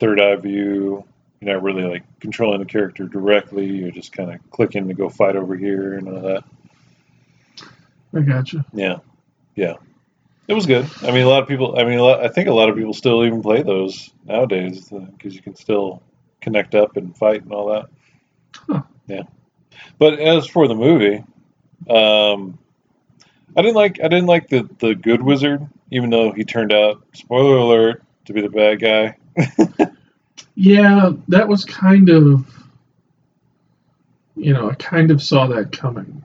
Speaker 2: third eye view. You're not really like controlling the character directly. You're just kind of clicking to go fight over here and all that.
Speaker 1: I gotcha.
Speaker 2: Yeah, yeah, it was good. I mean, a lot of people. I mean, a lot, I think a lot of people still even play those nowadays because you can still connect up and fight and all that.
Speaker 1: Huh.
Speaker 2: Yeah, but as for the movie, um, I didn't like. I didn't like the the good wizard, even though he turned out spoiler alert to be the bad guy.
Speaker 1: Yeah, that was kind of. You know, I kind of saw that coming.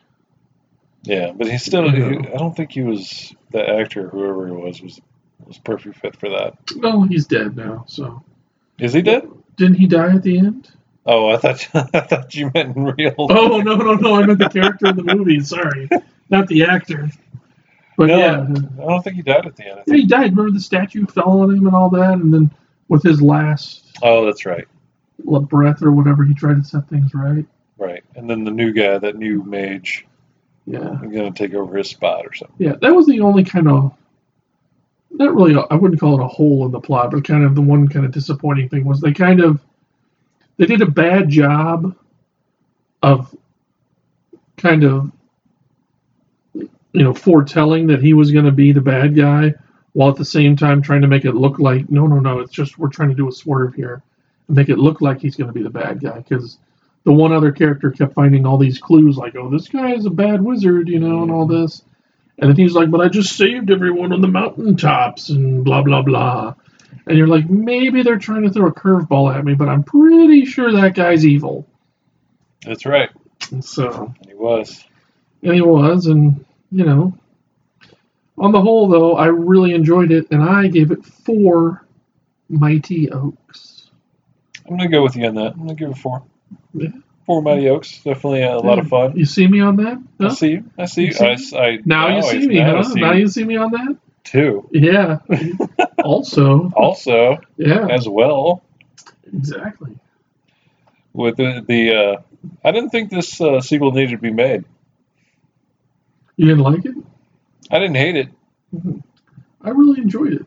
Speaker 2: Yeah, but he still.
Speaker 1: Yeah.
Speaker 2: he- I don't think he was the actor, whoever he was, was was perfect fit for that.
Speaker 1: Well, he's dead now, so
Speaker 2: Is he dead?
Speaker 1: didn't he die at the end?
Speaker 2: Oh, I thought I thought you meant in real.
Speaker 1: Oh
Speaker 2: life.
Speaker 1: no, no, no! I meant the character in the movie. Sorry, not the actor. But
Speaker 2: No,
Speaker 1: yeah,
Speaker 2: I don't think he died at the end. I
Speaker 1: yeah,
Speaker 2: think.
Speaker 1: he died. Remember the statue fell on him and all that, and then with his last
Speaker 2: Oh, that's right,
Speaker 1: Le breath or whatever he tried to set things right.
Speaker 2: right. And then the new guy, that new mage,
Speaker 1: Yeah,
Speaker 2: is gonna take over his spot or something.
Speaker 1: yeah, that was the only kind of not really. I I wouldn't call it a hole in the plot, but kind of the one kind of disappointing thing was they kind of they did a bad job of kind of you know foretelling that he was going to be the bad guy while at the same time trying to make it look like no, no, no. It's just we're trying to do a swerve here and make it look like he's going to be the bad guy because the one other character kept finding all these clues like, oh, this guy is a bad wizard, you know, and all this. And then he's like, but I just saved everyone on the mountaintops and blah, blah, blah. And you're like, maybe they're trying to throw a curveball at me, but I'm pretty sure that guy's evil.
Speaker 2: That's right.
Speaker 1: And so,
Speaker 2: He was.
Speaker 1: and he was, and, you know. On the whole, though, I really enjoyed it, and I gave it four Mighty Oaks.
Speaker 2: I'm gonna go with you on that. I'm gonna give it four.
Speaker 1: Yeah.
Speaker 2: Four mighty oaks. Definitely a lot of fun.
Speaker 1: You see me on that?
Speaker 2: I
Speaker 1: No?
Speaker 2: see you. I see you.
Speaker 1: You see
Speaker 2: I, s- I-
Speaker 1: Now you
Speaker 2: now I-
Speaker 1: see me,
Speaker 2: now I
Speaker 1: huh?
Speaker 2: see
Speaker 1: Now
Speaker 2: you
Speaker 1: you see me on that?
Speaker 2: too.
Speaker 1: Yeah. also,
Speaker 2: Also,
Speaker 1: yeah,
Speaker 2: as well
Speaker 1: exactly.
Speaker 2: with the, the uh, I didn't think this uh, sequel needed to be made.
Speaker 1: You didn't like it?
Speaker 2: I didn't hate it.
Speaker 1: I really enjoyed it.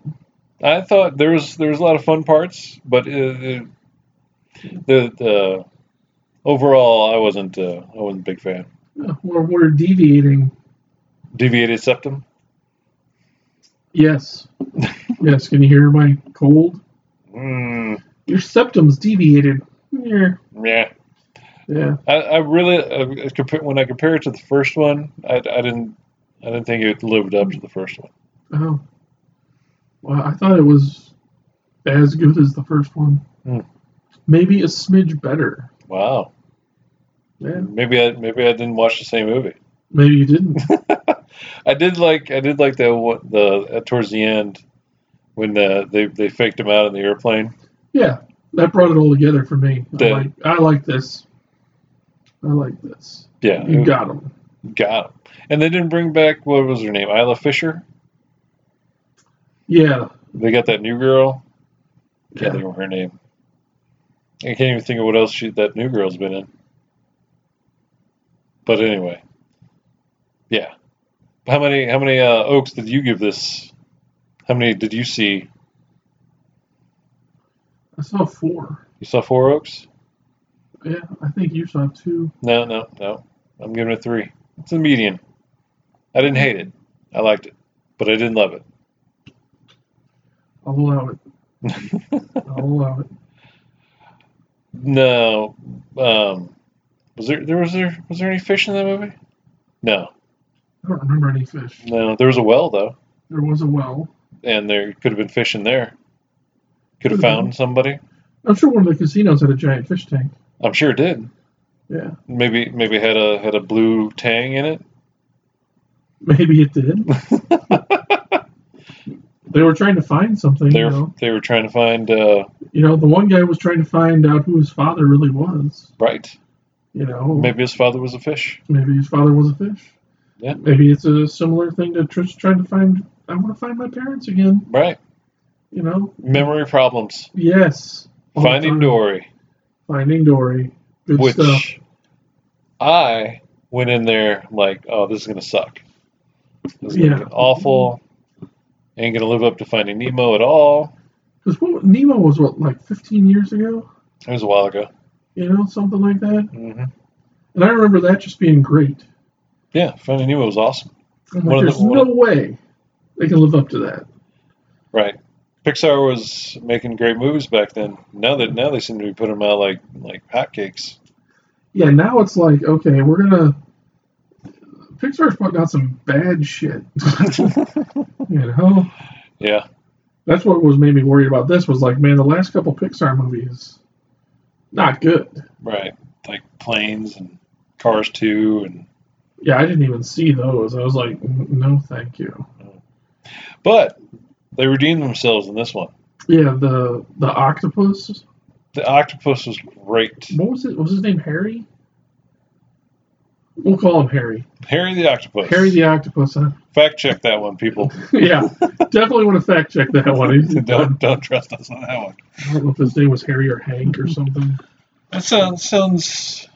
Speaker 2: I thought there was there was a lot of fun parts, but uh, the the, the overall I wasn't uh, I wasn't a big fan.
Speaker 1: Yeah, we're, we're deviating.
Speaker 2: Deviated septum.
Speaker 1: Yes. yes, can you hear my cold?
Speaker 2: Mm,
Speaker 1: Your septum's deviated. Yeah.
Speaker 2: yeah.
Speaker 1: Yeah.
Speaker 2: I, I really uh, compa- when I compare it to the first one, I, I didn't I didn't think it lived up to the first one.
Speaker 1: Oh. Well, I thought it was as good as the first one.
Speaker 2: Hmm.
Speaker 1: Maybe a smidge better.
Speaker 2: Wow,
Speaker 1: Yeah.
Speaker 2: maybe I maybe I didn't watch the same movie.
Speaker 1: Maybe you didn't.
Speaker 2: I did like I did like the what- the uh, towards the end when the, they they faked him out in the airplane.
Speaker 1: yeah. That brought it all together for me. I
Speaker 2: Yeah.
Speaker 1: like, I like this. I like this.
Speaker 2: Yeah,
Speaker 1: You
Speaker 2: it
Speaker 1: got him.
Speaker 2: got him. And they didn't bring back what was her name, Isla Fisher.
Speaker 1: Yeah.
Speaker 2: They got that new girl. Can't
Speaker 1: Yeah.
Speaker 2: think of her name. I can't even think of what else she that new girl's been in. But anyway, yeah. How many how many uh, oaks did you give this? How many did you see?
Speaker 1: I saw four.
Speaker 2: You saw four oaks?
Speaker 1: Yeah. I think you saw two.
Speaker 2: No, no, no. I'm giving it three. It's a median. I didn't hate it. I liked it, but I didn't love it.
Speaker 1: I'll allow it. I'll allow it.
Speaker 2: No. Um, was there there was there was there any fish in that movie? No,
Speaker 1: I don't remember any fish.
Speaker 2: no. There was a well though.
Speaker 1: There was a well.
Speaker 2: and there could have been fish in there. Could have
Speaker 1: Could have
Speaker 2: found somebody.
Speaker 1: I'm sure one of the casinos had a giant fish tank.
Speaker 2: I'm sure it did.
Speaker 1: Yeah,
Speaker 2: Maybe maybe had a had a blue tang in it.
Speaker 1: maybe it did. they were trying to find something.
Speaker 2: They
Speaker 1: You
Speaker 2: were
Speaker 1: know?
Speaker 2: they were trying to find uh,
Speaker 1: you know, the one guy was trying to find out who his father really was.
Speaker 2: right.
Speaker 1: You know, maybe,
Speaker 2: Maybe his father was a fish.
Speaker 1: his father was a fish.
Speaker 2: Yeah.
Speaker 1: Maybe it's a similar thing to just trying to find. I want to find my parents again.
Speaker 2: Right.
Speaker 1: You know.
Speaker 2: Memory problems.
Speaker 1: Yes. All the
Speaker 2: Finding
Speaker 1: time.
Speaker 2: Dory,
Speaker 1: Finding Dory. Good
Speaker 2: which
Speaker 1: stuff.
Speaker 2: I went in there like, oh, this is gonna suck. This is
Speaker 1: Yeah.
Speaker 2: gonna be awful. Ain't gonna live up to Finding Nemo at all.
Speaker 1: Because what Nemo was what like 15 years ago.
Speaker 2: It was a while ago.
Speaker 1: You know, something like that.
Speaker 2: hmm
Speaker 1: And I remember that just being great.
Speaker 2: Yeah, Finding Nemo was awesome.
Speaker 1: I'm
Speaker 2: One
Speaker 1: like,
Speaker 2: of the-
Speaker 1: there's no way they can live up to that.
Speaker 2: Right. Pixar was making great movies back then. Now that now they seem to be putting them out like like hotcakes.
Speaker 1: Yeah, now it's like, okay, we're gonna Pixar's putting out some bad shit. you know?
Speaker 2: yeah,
Speaker 1: That's what was made me worried about this was like, man, the last couple Pixar movies not good.
Speaker 2: right. Like planes and Cars Two, and
Speaker 1: Yeah, I didn't even see those. I was like, "N- no, thank you.
Speaker 2: but they redeemed themselves in this one.
Speaker 1: Yeah, the the octopus.
Speaker 2: The octopus was great.
Speaker 1: What was it? Was his name Harry? We'll call him Harry.
Speaker 2: Harry the octopus.
Speaker 1: Harry the octopus. Huh?
Speaker 2: fact check that one, people.
Speaker 1: yeah, definitely want to fact check that one. He's-
Speaker 2: don't don't trust us on that one.
Speaker 1: I don't know if his name was Harry or Hank or something.
Speaker 2: That sounds sounds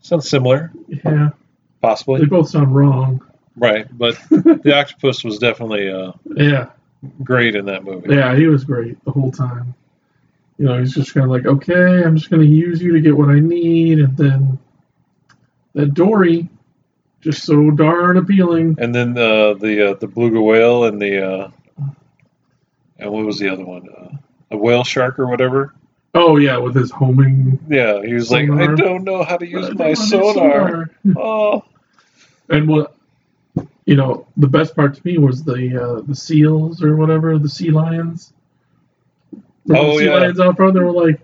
Speaker 2: sounds similar,
Speaker 1: Yeah, they
Speaker 2: possibly.
Speaker 1: both sound wrong.
Speaker 2: Right, but the octopus was definitely uh,
Speaker 1: Yeah,
Speaker 2: great in that movie.
Speaker 1: yeah, he was great the whole time. You know, he's just kind of like, okay, I'm just going to use you to get what I need, and then that Dory, just so darn appealing.
Speaker 2: And then uh, the uh, the beluga whale and the uh, and what was the other one? Uh, a whale shark or whatever.
Speaker 1: Oh yeah, with his homing
Speaker 2: Yeah, he was like, I
Speaker 1: Sonar.
Speaker 2: don't know how to use my
Speaker 1: Uh,
Speaker 2: sonar. Oh,
Speaker 1: And what you know, the best part to me was the uh, the seals or whatever, the sea lions. Remember
Speaker 2: Oh,
Speaker 1: the sea
Speaker 2: yeah.
Speaker 1: lions out front, they were like,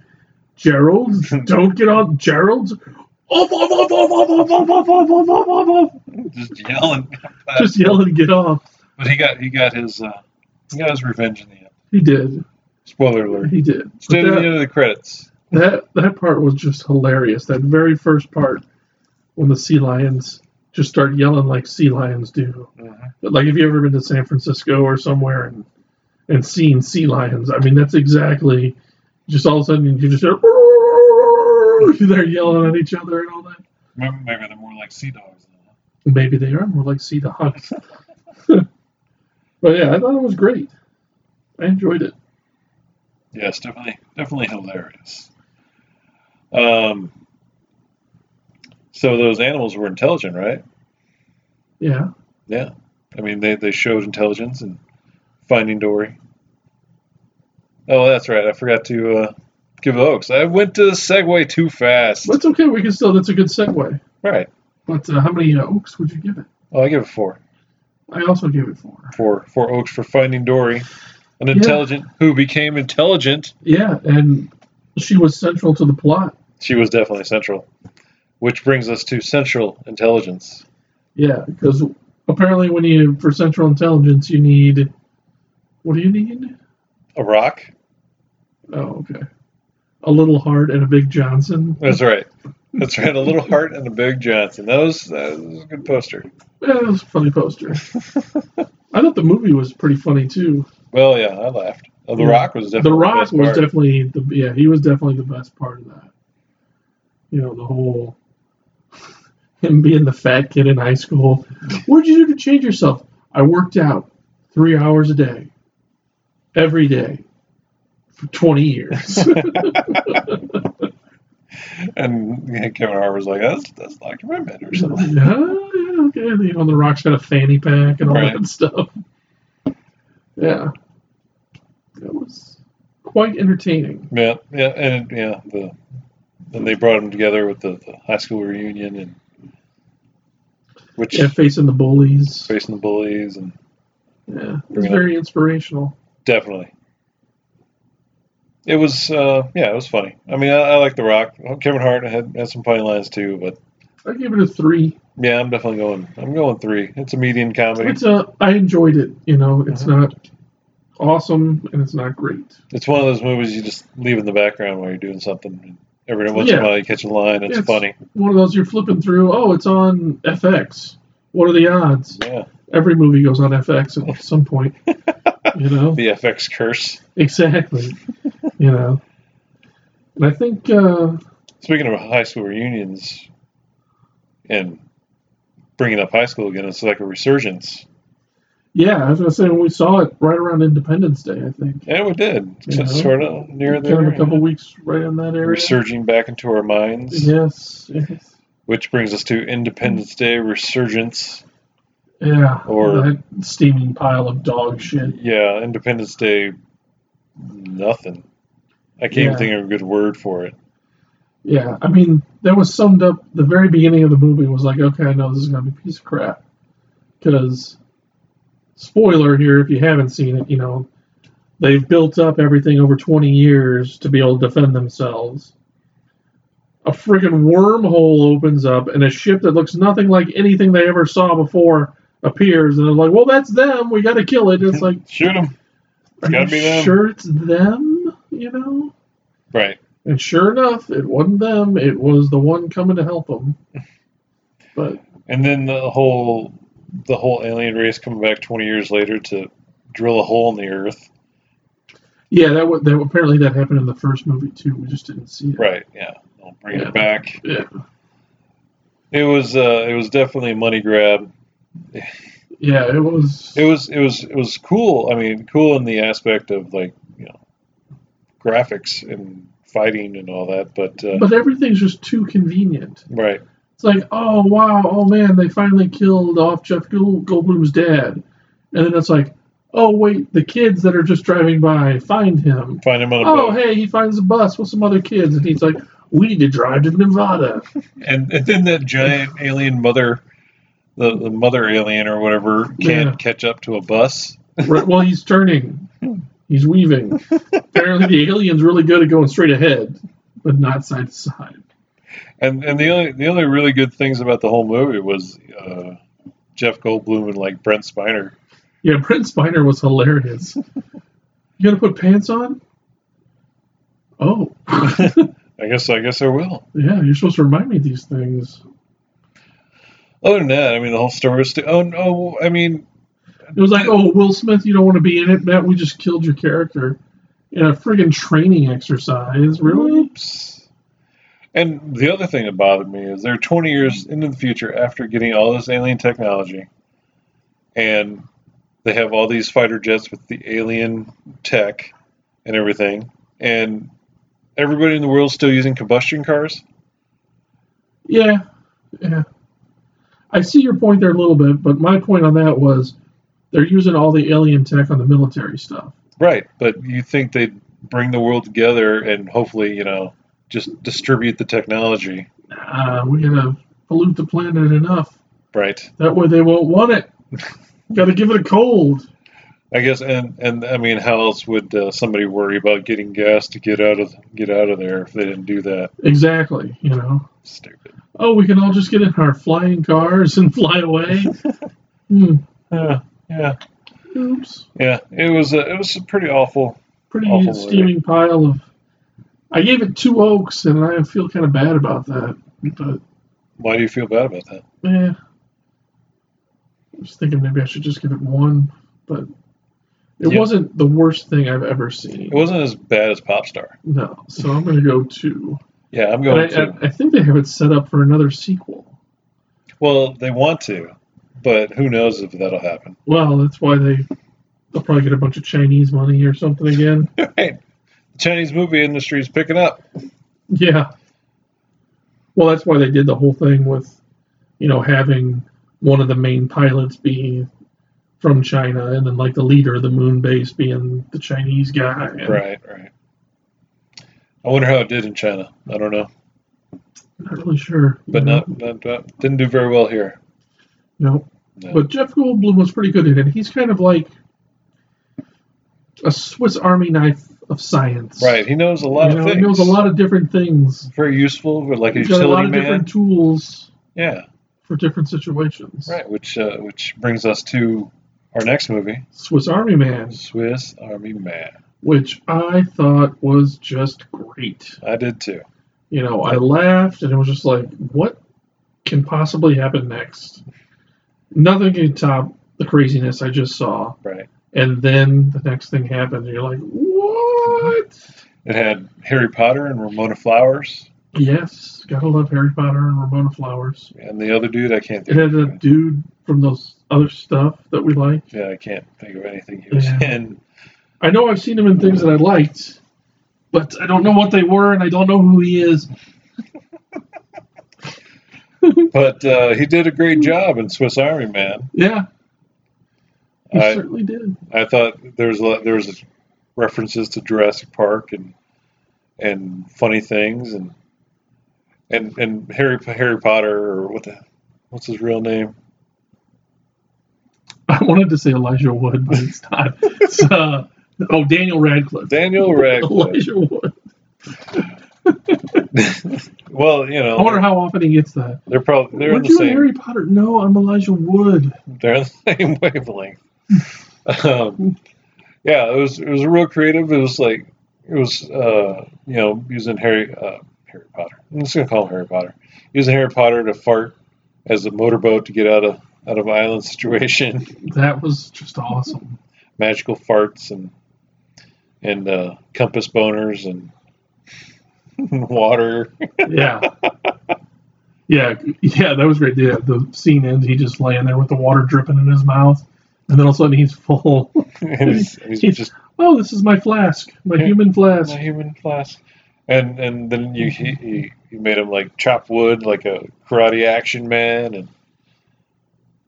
Speaker 1: Gerald, don't get on Gerald's. Off, off, off, off, off, off, off, off, off, off, off, off, off.
Speaker 2: just yelling.
Speaker 1: Just yelling, get off.
Speaker 2: But he got he got his uh, he got his revenge in the end.
Speaker 1: He did.
Speaker 2: Spoiler alert.
Speaker 1: He did. But
Speaker 2: Stayed at the
Speaker 1: that,
Speaker 2: end of the credits.
Speaker 1: that that part was just hilarious. That very first part when the sea lions just start yelling like sea lions do.
Speaker 2: Mhm.
Speaker 1: But like, have you ever been to San Francisco or somewhere and and seen sea lions? I mean, that's exactly just all of a sudden you just hear, they're yelling at each other and all that.
Speaker 2: Maybe, maybe they're more like sea dogs. than that.
Speaker 1: Maybe they are more like sea dogs. but yeah, I thought it was great. I enjoyed it.
Speaker 2: Yeah, it's definitely definitely hilarious. Um, so those animals were intelligent, right?
Speaker 1: Yeah,
Speaker 2: Yeah. I mean, they, they showed intelligence and Finding Dory. Oh, that's right. I forgot to uh, give oaks. I went to segue too fast.
Speaker 1: that's okay. We can still. That's a good segue.
Speaker 2: Right.
Speaker 1: But uh, how many uh, oaks would you give it?
Speaker 2: Oh, I give it four.
Speaker 1: I also gave it four.
Speaker 2: Four, four oaks for Finding Dory. An
Speaker 1: Yeah.
Speaker 2: intelligent who became intelligent.
Speaker 1: Yeah, and she was central to the plot.
Speaker 2: She was definitely central. Which brings us to central intelligence.
Speaker 1: Yeah, because apparently when you for central intelligence you need what do you need?
Speaker 2: A rock.
Speaker 1: Oh, okay. A little heart and a big Johnson.
Speaker 2: That's right. That's right. A little heart and a big Johnson. That was, that was a good poster.
Speaker 1: Yeah, that Eh, was a funny poster. I thought the movie was pretty funny too.
Speaker 2: Well, yeah, I laughed. Oh, the
Speaker 1: Yeah.
Speaker 2: Rock was
Speaker 1: The
Speaker 2: definitely
Speaker 1: Rock
Speaker 2: best
Speaker 1: was
Speaker 2: part.
Speaker 1: definitely the yeah he was definitely the best part of that. You know the whole him being the fat kid in high school. What'd you do to change yourself? I worked out three hours a day, every day, for twenty years.
Speaker 2: And yeah, Kevin Hart was like, "That's that's not commitment or
Speaker 1: Yeah,
Speaker 2: something."
Speaker 1: yeah, okay. You know, The Rock's got a fanny pack and all
Speaker 2: Right.
Speaker 1: that stuff. Yeah. That was quite entertaining.
Speaker 2: Yeah, yeah, and yeah, the and they brought him together with the, the high school reunion and which
Speaker 1: Yeah, facing the bullies.
Speaker 2: facing the bullies and
Speaker 1: Yeah. It was
Speaker 2: Bring it
Speaker 1: very inspirational.
Speaker 2: definitely. It was, uh, yeah, it was funny. I mean, I, I like The Rock. Kevin Hart had, had some funny lines too, but
Speaker 1: I gave it a three.
Speaker 2: yeah, I'm definitely going. I'm going three. It's a median comedy.
Speaker 1: It's a I enjoyed it, you know. It's not awesome and it's not great.
Speaker 2: It's one of those movies you just leave in the background while you're doing something. And every once in
Speaker 1: Yeah.
Speaker 2: a while you catch a line. It's,
Speaker 1: It's-
Speaker 2: funny.
Speaker 1: One of those you're flipping through, oh, it's on FX. What are the odds?
Speaker 2: Yeah,
Speaker 1: Every movie goes on FX at some point. You know?
Speaker 2: the FX curse.
Speaker 1: Exactly. you know. And I think uh,
Speaker 2: Speaking of high school reunions and bringing up high school again, it's like a resurgence.
Speaker 1: yeah, I was gonna say when we saw it right around Independence Day, I think.
Speaker 2: And we did.
Speaker 1: Yeah.
Speaker 2: Sort of near
Speaker 1: Kind of
Speaker 2: there.
Speaker 1: a couple weeks right in that area.
Speaker 2: Resurging back into our minds,
Speaker 1: Yes, yes.
Speaker 2: which brings us to Independence
Speaker 1: Mm.
Speaker 2: Day resurgence.
Speaker 1: Yeah.
Speaker 2: Or-
Speaker 1: that steaming pile of dog shit.
Speaker 2: Yeah, Independence Day, nothing. I can't
Speaker 1: Yeah.
Speaker 2: even think of a good word for it.
Speaker 1: Yeah. I mean, that was summed up the very beginning of the movie was like, okay, I know this is gonna be a piece of crap. Cause spoiler here, if you haven't seen it, you know, they've built up everything over twenty years to be able to defend themselves. a friggin' wormhole opens up and a ship that looks nothing like anything they ever saw before appears and they're like, well, that's them. We got to kill it. It's like,
Speaker 2: Shoot them.
Speaker 1: are
Speaker 2: Gotta
Speaker 1: you
Speaker 2: be them.
Speaker 1: sure it's them? You know?
Speaker 2: Right.
Speaker 1: And sure enough, it wasn't them. It was the one coming to help them. But
Speaker 2: And then the whole the whole alien race coming back twenty years later to drill a hole in the earth.
Speaker 1: yeah, that, wa- that apparently that happened in the first movie too. We just didn't see it.
Speaker 2: Right. Yeah. They'll bring
Speaker 1: Yeah.
Speaker 2: it back.
Speaker 1: Yeah.
Speaker 2: It was uh, it was definitely a money grab.
Speaker 1: Yeah, it was.
Speaker 2: It was it was it was cool. I mean, cool in the aspect of like you know graphics and fighting and all that. But uh,
Speaker 1: but everything's just too convenient.
Speaker 2: right.
Speaker 1: It's like, oh wow, oh man, they finally killed off Jeff Gold- Goldblum's dad, and then it's like, oh wait, the kids that are just driving by find him.
Speaker 2: Find him on a
Speaker 1: Oh
Speaker 2: boat.
Speaker 1: hey, he finds a bus with some other kids, and he's like, we need to drive to Nevada.
Speaker 2: And, and then that giant alien mother, the, the mother alien or whatever, can't
Speaker 1: Yeah.
Speaker 2: catch up to a bus.
Speaker 1: right, well, he's turning, he's weaving. Apparently, the alien's really good at going straight ahead, but not side to side.
Speaker 2: And and the only the only really good things about the whole movie was uh, Jeff Goldblum and like Brent Spiner.
Speaker 1: Yeah, Brent Spiner was hilarious. You gonna put pants on? Oh,
Speaker 2: I guess I guess I will.
Speaker 1: yeah, you're supposed to remind me of these things.
Speaker 2: Other than that, I mean, the whole story was. St- oh no, I mean,
Speaker 1: It was like, oh, Will Smith, you don't want to be in it, Matt. We just killed your character in a friggin' training exercise. Really?
Speaker 2: oops. And the other thing that bothered me is they're 20 years into the future after getting all this alien technology, and they have all these fighter jets with the alien tech and everything, and everybody in the world's still using combustion cars.
Speaker 1: Yeah, yeah. I see your point there a little bit, but my point on that was they're using all the alien tech on the military stuff.
Speaker 2: Right, but you think they'd bring the world together and hopefully, you know, just distribute the technology,
Speaker 1: Uh, we gotta pollute the planet enough.
Speaker 2: right?
Speaker 1: That way they won't want it. gotta give it a cold.
Speaker 2: I guess, and and I mean, how else would uh, somebody worry about getting gas to get out of get out of there if they didn't do that?
Speaker 1: Exactly, you know.
Speaker 2: Stupid.
Speaker 1: Oh, we can all just get in our flying cars and fly away. hmm.
Speaker 2: Yeah, yeah,
Speaker 1: Oops.
Speaker 2: yeah. It was a, it was a pretty awful.
Speaker 1: pretty
Speaker 2: Awful movie.
Speaker 1: steaming pile of. I gave it two oaks, and I feel kind of bad about that. But
Speaker 2: Why do you feel bad about that?
Speaker 1: eh, I was thinking maybe I should just give it one, but it
Speaker 2: Yeah.
Speaker 1: wasn't the worst thing I've ever
Speaker 2: It
Speaker 1: seen.
Speaker 2: wasn't as bad as Popstar.
Speaker 1: No, so I'm gonna go two.
Speaker 2: Yeah, I'm
Speaker 1: And
Speaker 2: going
Speaker 1: I,
Speaker 2: to.
Speaker 1: I, I think they have it set up for another sequel.
Speaker 2: well, they want to, but who knows if that'll happen?
Speaker 1: Well, that's why they they'll probably get a bunch of Chinese money or something again.
Speaker 2: right. The Chinese movie industry is picking up.
Speaker 1: Yeah. Well, that's why they did the whole thing with, you know, having one of the main pilots be from China and then like the leader of the moon base being the Chinese guy. And
Speaker 2: Right, right. I wonder how it did in China. I don't know,
Speaker 1: Not really sure.
Speaker 2: but
Speaker 1: no,
Speaker 2: not, not, not didn't do very well here.
Speaker 1: No.
Speaker 2: No.
Speaker 1: But Jeff Goldblum was pretty good in it. He's kind of like a Swiss Army knife of science.
Speaker 2: Right, he knows a
Speaker 1: A
Speaker 2: lot of
Speaker 1: He
Speaker 2: things.
Speaker 1: knows a lot of different things.
Speaker 2: very useful, but like a
Speaker 1: He's got a lot
Speaker 2: utility
Speaker 1: of
Speaker 2: man.
Speaker 1: different tools
Speaker 2: Yeah,
Speaker 1: for different situations.
Speaker 2: right. Which uh, which brings us to our next movie,
Speaker 1: Swiss Army man.
Speaker 2: Swiss Army Man.
Speaker 1: which I thought was just great.
Speaker 2: I did too.
Speaker 1: You know, I laughed and it was just like, what can possibly happen next? Nothing can top the craziness I just saw.
Speaker 2: Right.
Speaker 1: And then the next thing happened, and you're like, what?
Speaker 2: It had Harry Potter and Ramona Flowers,
Speaker 1: Yes, gotta love Harry Potter and Ramona Flowers.
Speaker 2: and the other dude I can't
Speaker 1: It
Speaker 2: think.
Speaker 1: had
Speaker 2: Of
Speaker 1: a dude from those other stuff that we like.
Speaker 2: yeah, I can't think of anything he was
Speaker 1: Yeah.
Speaker 2: in.
Speaker 1: I know I've seen him in things that I liked, but I don't know what they were and I don't know who he is.
Speaker 2: But uh, he did a great job in Swiss Army Man.
Speaker 1: Yeah, he
Speaker 2: I
Speaker 1: certainly did.
Speaker 2: I thought there was a lot, there was references to Jurassic Park and and funny things and and and Harry Harry Potter or what the what's his real name?
Speaker 1: I wanted to say Elijah Wood, but it's not. It's, uh, oh, Daniel Radcliffe.
Speaker 2: Daniel Radcliffe.
Speaker 1: Elijah Wood.
Speaker 2: well, you
Speaker 1: I wonder
Speaker 2: know,
Speaker 1: how often he gets that.
Speaker 2: they're probably they're in
Speaker 1: Weren't
Speaker 2: the
Speaker 1: you in
Speaker 2: same
Speaker 1: Harry Potter? No, I'm Elijah Wood.
Speaker 2: they're in the same wavelength. um, yeah, it was it was real creative. It was like it was uh, you know using Harry uh, Harry Potter. I'm just gonna call him Harry Potter. Using Harry Potter to fart as a motorboat to get out of out of island situation.
Speaker 1: That was just awesome.
Speaker 2: magical farts and and uh, compass boners and water.
Speaker 1: Yeah. Yeah, yeah, that was great. Yeah, the scene ends. He just laying there with the water dripping in his mouth, and then all of a sudden he's full.
Speaker 2: and he's, and he's
Speaker 1: He's-
Speaker 2: just
Speaker 1: Oh, this is my flask, my
Speaker 2: Yeah.
Speaker 1: human
Speaker 2: in a
Speaker 1: flask.
Speaker 2: human flask. And and then you he, he, you made him like chop wood like a karate action man and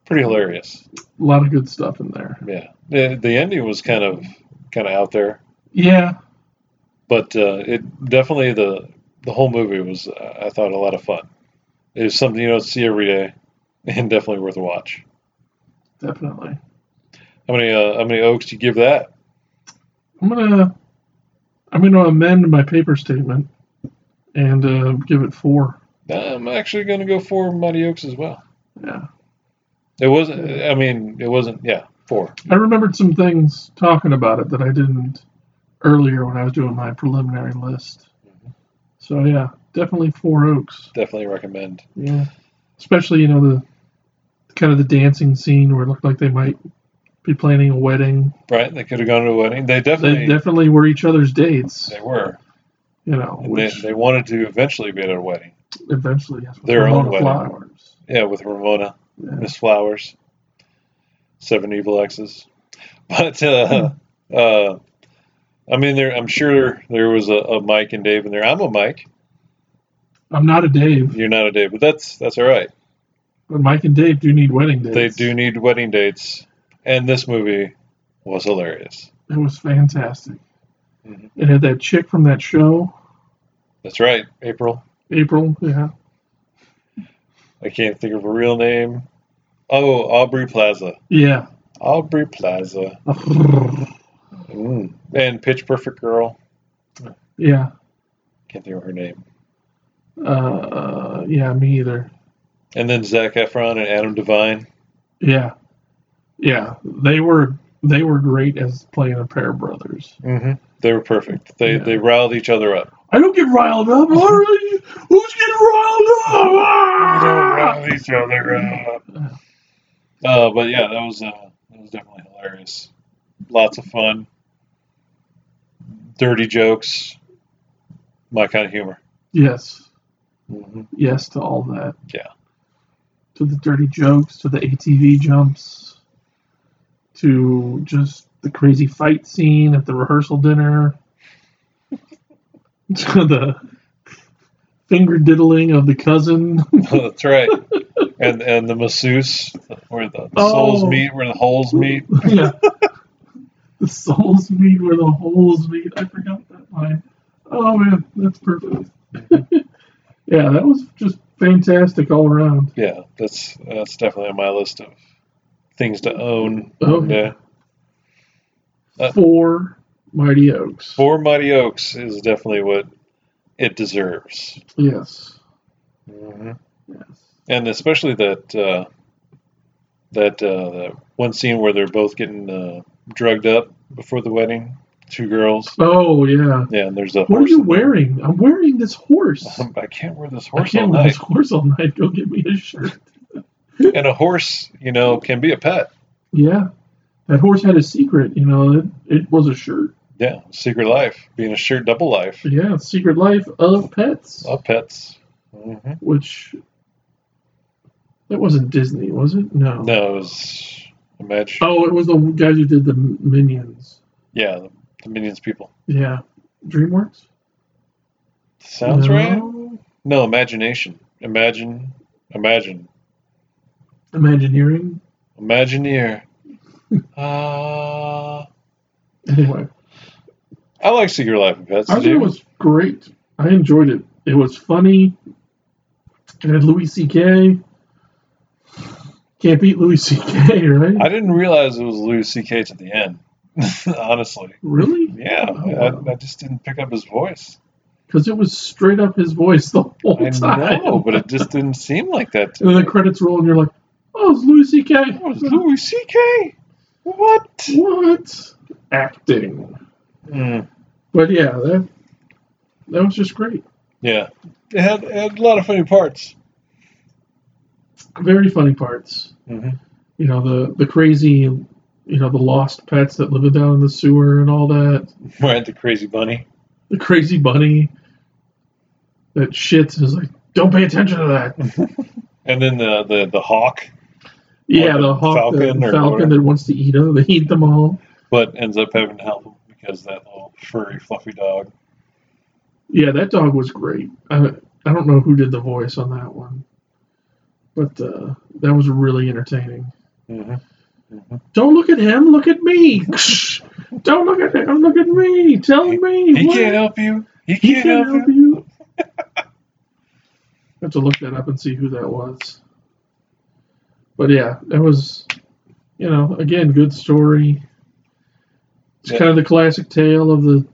Speaker 2: pretty hilarious.
Speaker 1: A lot of good stuff in there.
Speaker 2: Yeah, the, the ending was kind of kind of out there,
Speaker 1: Yeah,
Speaker 2: but uh, it definitely the the whole movie was uh, I thought a lot of fun. It was something you don't see every day, and definitely worth a watch.
Speaker 1: definitely.
Speaker 2: How many uh, how many oaks do you give that?
Speaker 1: I'm gonna I'm gonna amend my paper statement and uh, give it four.
Speaker 2: I'm actually going to go for Mighty Oaks as well.
Speaker 1: Yeah,
Speaker 2: It wasn't. I mean, it wasn't. Yeah, four.
Speaker 1: I remembered some things talking about it that I didn't earlier when I was doing my preliminary list. So yeah, definitely four oaks.
Speaker 2: Definitely recommend.
Speaker 1: Yeah, especially you know the kind of the dancing scene where it looked like they might be planning a wedding.
Speaker 2: Right? They could have gone to a wedding. They
Speaker 1: They
Speaker 2: definitely they,
Speaker 1: definitely were each other's dates.
Speaker 2: were.
Speaker 1: You know,
Speaker 2: And They,
Speaker 1: which
Speaker 2: they wanted to eventually be at a wedding.
Speaker 1: eventually yes, with
Speaker 2: Their own
Speaker 1: Ramona
Speaker 2: wedding.
Speaker 1: flowers.
Speaker 2: Yeah, with Ramona,
Speaker 1: Yeah.
Speaker 2: Miss Flowers, Seven Evil Exes. But uh, uh, I mean, there. I'm sure there was a, a Mike and Dave in there. I'm a Mike.
Speaker 1: I'm not a Dave,
Speaker 2: You're not a Dave, but that's that's all right.
Speaker 1: but Mike and Dave do need wedding dates.
Speaker 2: They do need wedding dates, and this movie was hilarious.
Speaker 1: It was fantastic.
Speaker 2: Mhm.
Speaker 1: It had that chick from that show,
Speaker 2: That's right, April.
Speaker 1: April. Yeah,
Speaker 2: I can't think of a real name. Oh, Aubrey Plaza.
Speaker 1: yeah.
Speaker 2: Aubrey Plaza. Mm. And Pitch Perfect Girl.
Speaker 1: Yeah,
Speaker 2: Can't think of her name.
Speaker 1: uh, yeah. Me either.
Speaker 2: And then Zach Efron and Adam Devine.
Speaker 1: Yeah, yeah. They were they were great as playing a pair of brothers.
Speaker 2: Mm-hmm. They were perfect. They
Speaker 1: Yeah.
Speaker 2: they riled each other up.
Speaker 1: I don't get riled up. all right? Who's getting riled up? Ah!
Speaker 2: each other up. Uh, but yeah, that was uh, that was definitely hilarious. Lots of fun. Dirty jokes. My kind of humor.
Speaker 1: Yes,
Speaker 2: Mm-hmm.
Speaker 1: yes to all that.
Speaker 2: Yeah.
Speaker 1: To the dirty jokes, to the ATV jumps, to just the crazy fight scene at the rehearsal dinner, to the finger diddling of the cousin.
Speaker 2: That's right. and and the masseuse, where the, the
Speaker 1: Oh.
Speaker 2: souls meet, where the holes meet.
Speaker 1: yeah. The souls meet where the holes meet. I forgot that line. Oh man, that's perfect.
Speaker 2: Mm-hmm.
Speaker 1: yeah, that was just fantastic all around.
Speaker 2: Yeah, that's that's definitely on my list of things to own.
Speaker 1: Oh,
Speaker 2: yeah. Uh,
Speaker 1: Four mighty oaks.
Speaker 2: Four Mighty Oaks is definitely what it deserves.
Speaker 1: Yes.
Speaker 2: Mm-hmm.
Speaker 1: Yes.
Speaker 2: And especially that uh, that uh, that one scene where they're both getting uh, drugged up before the wedding, two girls.
Speaker 1: Oh yeah.
Speaker 2: Yeah, and there's a
Speaker 1: What are
Speaker 2: horse
Speaker 1: you
Speaker 2: in there.
Speaker 1: wearing? I'm wearing this horse.
Speaker 2: I can't wear this
Speaker 1: I
Speaker 2: horse all
Speaker 1: can't wear
Speaker 2: night.
Speaker 1: this horse all night. Go get me a shirt.
Speaker 2: And a horse, you know, can be a pet.
Speaker 1: Yeah. That horse had a secret, you know, it, it was a shirt.
Speaker 2: Yeah, secret life, being a sure double life
Speaker 1: Yeah, secret life of pets.
Speaker 2: of pets. Mm-hmm.
Speaker 1: Which that wasn't Disney, was it? No.
Speaker 2: No, it was imagine.
Speaker 1: Oh, it was the guys who did the Minions.
Speaker 2: Yeah, the, the minions people.
Speaker 1: Yeah. DreamWorks?
Speaker 2: Sounds
Speaker 1: No.
Speaker 2: right. No, imagination. Imagine, imagine,
Speaker 1: Imagineering.
Speaker 2: Imagineer. uh,
Speaker 1: Anyway.
Speaker 2: I like Secret Life of Pets.
Speaker 1: I
Speaker 2: Did
Speaker 1: thought it
Speaker 2: you?
Speaker 1: was great. I enjoyed it. It was funny. It had Louis C.K. Can't beat Louis C.K., right?
Speaker 2: I didn't realize it was Louis C.K. to the end. Honestly,
Speaker 1: really?
Speaker 2: yeah,
Speaker 1: Oh,
Speaker 2: I, I just didn't pick up his voice.
Speaker 1: Because it was straight up his voice the whole
Speaker 2: I
Speaker 1: time.
Speaker 2: know, but it just didn't seem like that to
Speaker 1: and then
Speaker 2: me.
Speaker 1: the credits roll, and you're like, "Oh, it's Louis C.K."
Speaker 2: It was Louis C.K. What?
Speaker 1: What acting?
Speaker 2: Mm.
Speaker 1: But yeah, that that was just great.
Speaker 2: Yeah, it had, it had a lot of funny parts.
Speaker 1: Very funny parts.
Speaker 2: Mm-hmm.
Speaker 1: You know the the crazy, you know the lost pets that live down in the sewer and all that.
Speaker 2: Right, the crazy bunny.
Speaker 1: the crazy bunny that shits and is like, don't pay attention to that.
Speaker 2: And then the, the, the hawk,
Speaker 1: Yeah,
Speaker 2: the
Speaker 1: the hawk, the
Speaker 2: falcon or
Speaker 1: falcon,
Speaker 2: whatever.
Speaker 1: that wants to eat them. They eat them all.
Speaker 2: but ends up having to help him because that little furry, fluffy dog.
Speaker 1: Yeah, that dog was great. I, I don't know who did the voice on that one, but uh, that was really entertaining.
Speaker 2: hmm
Speaker 1: Don't look at him. Look at me. Don't look at him. Look at me. Tell me.
Speaker 2: He
Speaker 1: what-
Speaker 2: can't help you. He can't,
Speaker 1: He can't
Speaker 2: help,
Speaker 1: help
Speaker 2: you.
Speaker 1: you. I have to look that up and see who that was. But yeah, that was, you know, again, good story. It's
Speaker 2: Yeah.
Speaker 1: kind of the classic tale of the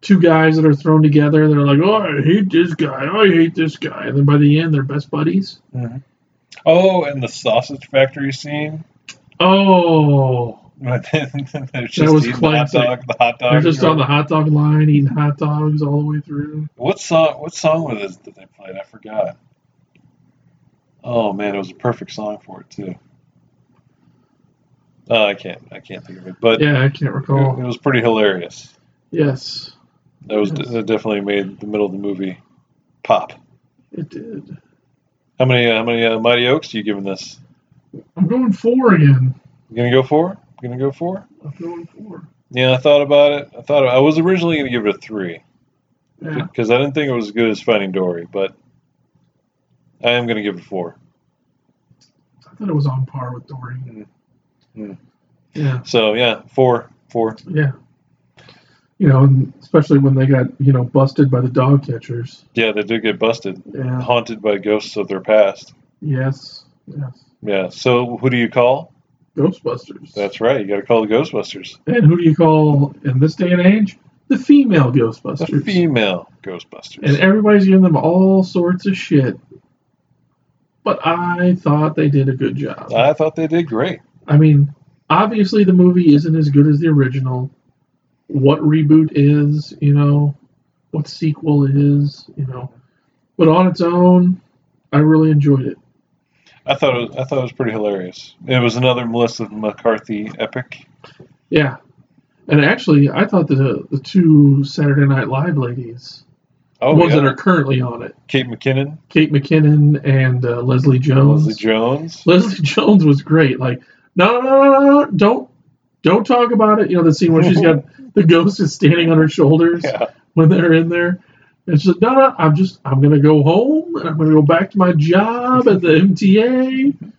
Speaker 1: two guys that are thrown together. They're like, oh, I hate this guy. Oh, I hate this guy. And then by the end, they're best buddies.
Speaker 2: Mhm. Oh, and the sausage factory scene.
Speaker 1: Oh,
Speaker 2: But then they're just
Speaker 1: was
Speaker 2: eating the hot
Speaker 1: classic.
Speaker 2: dog. The hot dog.
Speaker 1: they're just on the hot dog line eating hot dogs all the way through.
Speaker 2: What song? What song was it that they played? I forgot. Oh man, it was a perfect song for it too. Oh, I can't. I can't think of it, but
Speaker 1: Yeah, I can't
Speaker 2: it, it
Speaker 1: recall.
Speaker 2: was pretty hilarious.
Speaker 1: Yes,
Speaker 2: That was
Speaker 1: Yes.
Speaker 2: that definitely made the middle of the movie pop.
Speaker 1: it did.
Speaker 2: How many? How many uh, Mighty Oaks are you giving this?
Speaker 1: I'm going four again.
Speaker 2: You gonna go four? You gonna go four?
Speaker 1: I'm going four.
Speaker 2: Yeah, I thought about it. I thought I was originally gonna give it a three
Speaker 1: Yeah.
Speaker 2: because I didn't think it was as good as Finding Dory, but I am gonna give it a four.
Speaker 1: I thought it was on par with Dory.
Speaker 2: Mm. Mm.
Speaker 1: Yeah,
Speaker 2: So yeah, four, four.
Speaker 1: yeah. You know, and especially when they got you know busted by the dog catchers.
Speaker 2: Yeah, they did get busted,
Speaker 1: Yeah.
Speaker 2: haunted by ghosts of their past.
Speaker 1: Yes. Yes.
Speaker 2: Yeah. So who do you call?
Speaker 1: Ghostbusters.
Speaker 2: That's right. You got to call the Ghostbusters.
Speaker 1: and who do you call in this day and age the female
Speaker 2: The
Speaker 1: Ghostbusters?
Speaker 2: female Ghostbusters.
Speaker 1: and everybody's giving them all sorts of shit. But I thought they did a good job.
Speaker 2: I thought they did great.
Speaker 1: I mean, obviously the movie isn't as good as the original. What reboot is, you know, what sequel is, you know. But on its own, I really enjoyed it.
Speaker 2: I thought it was, I thought it was pretty hilarious. It was another Melissa McCarthy epic.
Speaker 1: Yeah. And actually, I thought that uh, the, the two Saturday Night Live ladies,
Speaker 2: Oh,
Speaker 1: the ones
Speaker 2: yeah.
Speaker 1: that are currently on it,
Speaker 2: Kate McKinnon,
Speaker 1: Kate McKinnon and uh, Leslie Jones.
Speaker 2: Leslie Jones.
Speaker 1: Leslie Jones was great. Like, no, no, no, no, no, don't, don't talk about it. You know, the scene where she's got the ghost is standing on her shoulders.
Speaker 2: Yeah.
Speaker 1: when they're in there. And she's like, no, no, I'm just, I'm going to go home and I'm going to go back to my job at the MTA.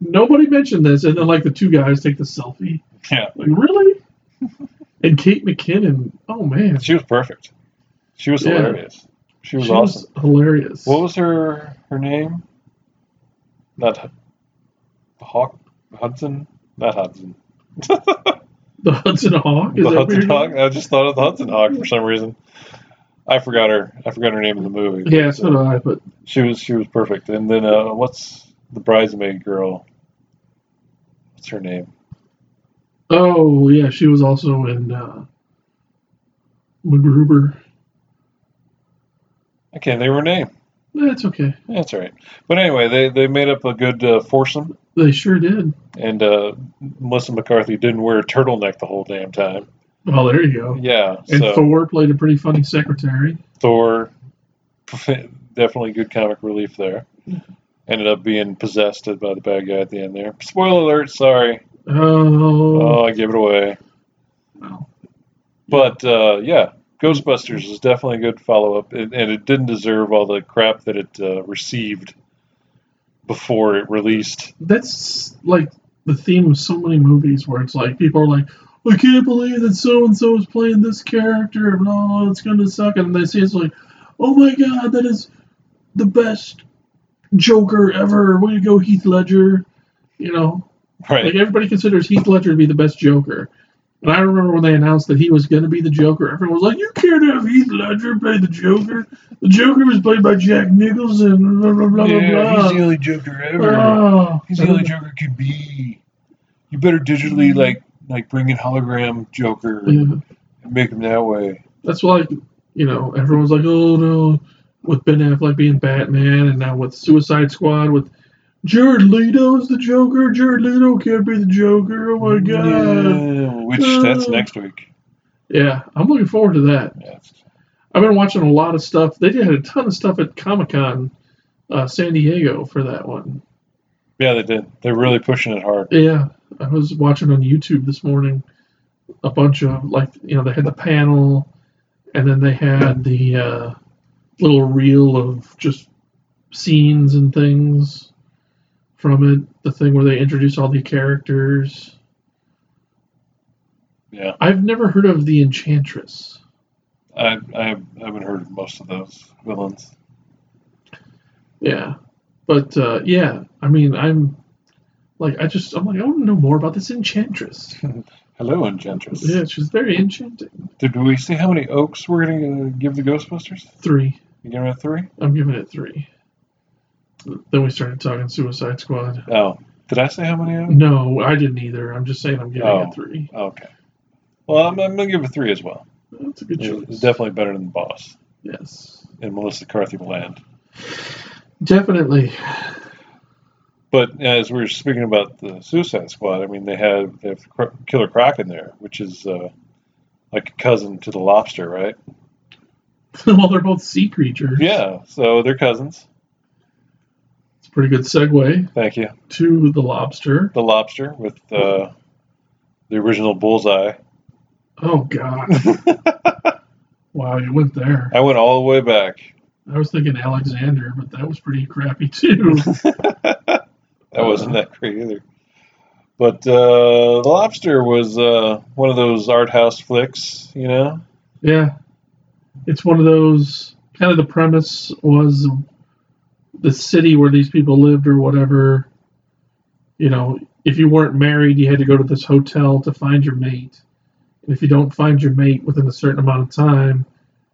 Speaker 1: Nobody mentioned this. And then, like, the two guys take the selfie.
Speaker 2: Yeah.
Speaker 1: Like, really? and Kate McKinnon, oh, man.
Speaker 2: She was perfect. She was
Speaker 1: Yeah.
Speaker 2: hilarious. She was
Speaker 1: She
Speaker 2: awesome.
Speaker 1: hilarious.
Speaker 2: What was her her name? Not H- Hawk Hudson. Not Hudson.
Speaker 1: the Hudson Hawk? Is
Speaker 2: the
Speaker 1: that what
Speaker 2: Hudson
Speaker 1: you're-
Speaker 2: Hawk. I just thought of the Hudson Hawk for some reason. I forgot her. I forgot her name in the movie.
Speaker 1: Yeah, so did I. But
Speaker 2: She was she was perfect. And then uh, what's the bridesmaid girl? What's her name?
Speaker 1: oh yeah, she was also in uh, MacGruber.
Speaker 2: I can't think of her name.
Speaker 1: That's okay.
Speaker 2: That's all right. But anyway, they, they made up a good uh, foursome,
Speaker 1: They sure did.
Speaker 2: and uh, Melissa McCarthy didn't wear a turtleneck the whole damn time.
Speaker 1: Well, there you go.
Speaker 2: Yeah.
Speaker 1: And
Speaker 2: so
Speaker 1: Thor played a pretty funny secretary.
Speaker 2: Thor, definitely good comic relief there. Ended up being possessed by the bad guy at the end there. Spoiler alert, sorry.
Speaker 1: Oh,
Speaker 2: Oh, I gave it away.
Speaker 1: well,
Speaker 2: But uh, yeah, Ghostbusters is definitely a good follow up, and, and it didn't deserve all the crap that it uh, received before it released.
Speaker 1: that's like the theme of so many movies where it's like people are like, I can't believe that so and so is playing this character, and oh, it's gonna suck. And they see it's like, oh my god, that is the best Joker ever. Way to go, Heath Ledger. You know,
Speaker 2: Right.
Speaker 1: like everybody considers Heath Ledger to be the best Joker. And I remember when they announced that he was going to be the Joker, everyone was like, "You can't have Heath Ledger play the Joker. The Joker was played by Jack Nicholson." Blah blah blah blah. blah.
Speaker 2: only Joker
Speaker 1: Oh,
Speaker 2: He's the only Joker could be. You better digitally like like bring in hologram Joker and
Speaker 1: Yeah.
Speaker 2: make him that way.
Speaker 1: That's why, you know, everyone's like, oh no, with Ben Affleck being Batman, and now with Suicide Squad, with Jared Leto's the Joker. Jared Leto can't be the Joker. Oh my god.
Speaker 2: Yeah, which that's
Speaker 1: Ah.
Speaker 2: next week.
Speaker 1: Yeah, I'm looking forward to that.
Speaker 2: Yes.
Speaker 1: I've been watching a lot of stuff. They did a ton of stuff at Comic Con, uh, San Diego for that one.
Speaker 2: Yeah, they did. They're really pushing it hard.
Speaker 1: Yeah, I was watching on YouTube this morning a bunch of like you know they had the panel, and then they had the uh, little reel of just scenes and things from it. The thing where they introduce all the characters.
Speaker 2: Yeah,
Speaker 1: I've never heard of the Enchantress.
Speaker 2: I, I haven't heard of most of those villains.
Speaker 1: Yeah, but uh, yeah, I mean, I'm like, I just, I'm like, I want to know more about this Enchantress.
Speaker 2: Hello, Enchantress.
Speaker 1: yeah, she's very enchanting.
Speaker 2: Did we see how many oaks we're going to give the Ghostbusters?
Speaker 1: Three.
Speaker 2: You giving it three?
Speaker 1: I'm giving it three. Then we started talking Suicide Squad.
Speaker 2: Oh, did I say how many oaks?
Speaker 1: No, I didn't either. I'm just saying I'm giving
Speaker 2: Oh.
Speaker 1: it three.
Speaker 2: Okay. Well, I'm, I'm going to give it three as well.
Speaker 1: That's a good choice.
Speaker 2: It's definitely better than the boss
Speaker 1: Yes.
Speaker 2: and Melissa Carthy Land.
Speaker 1: Definitely.
Speaker 2: But as we were speaking about the Suicide Squad, I mean, they have, they have Cro- Killer Croc in there, which is uh, like a cousin to the lobster, right?
Speaker 1: well, they're both sea creatures.
Speaker 2: Yeah, so they're cousins.
Speaker 1: It's a pretty good segue
Speaker 2: Thank you.
Speaker 1: to the lobster.
Speaker 2: The lobster with uh, the original bullseye.
Speaker 1: Oh, God. wow, you went there.
Speaker 2: I went all the way back.
Speaker 1: I was thinking Alexander, but that was pretty crappy, too.
Speaker 2: that wasn't that great either. But uh, The Lobster was uh, one of those art house flicks, you know?
Speaker 1: Yeah. It's one of those kind of the premise was the city where these people lived or whatever. You know, if you weren't married, you had to go to this hotel to find your mate. And if you don't find your mate within a certain amount of time,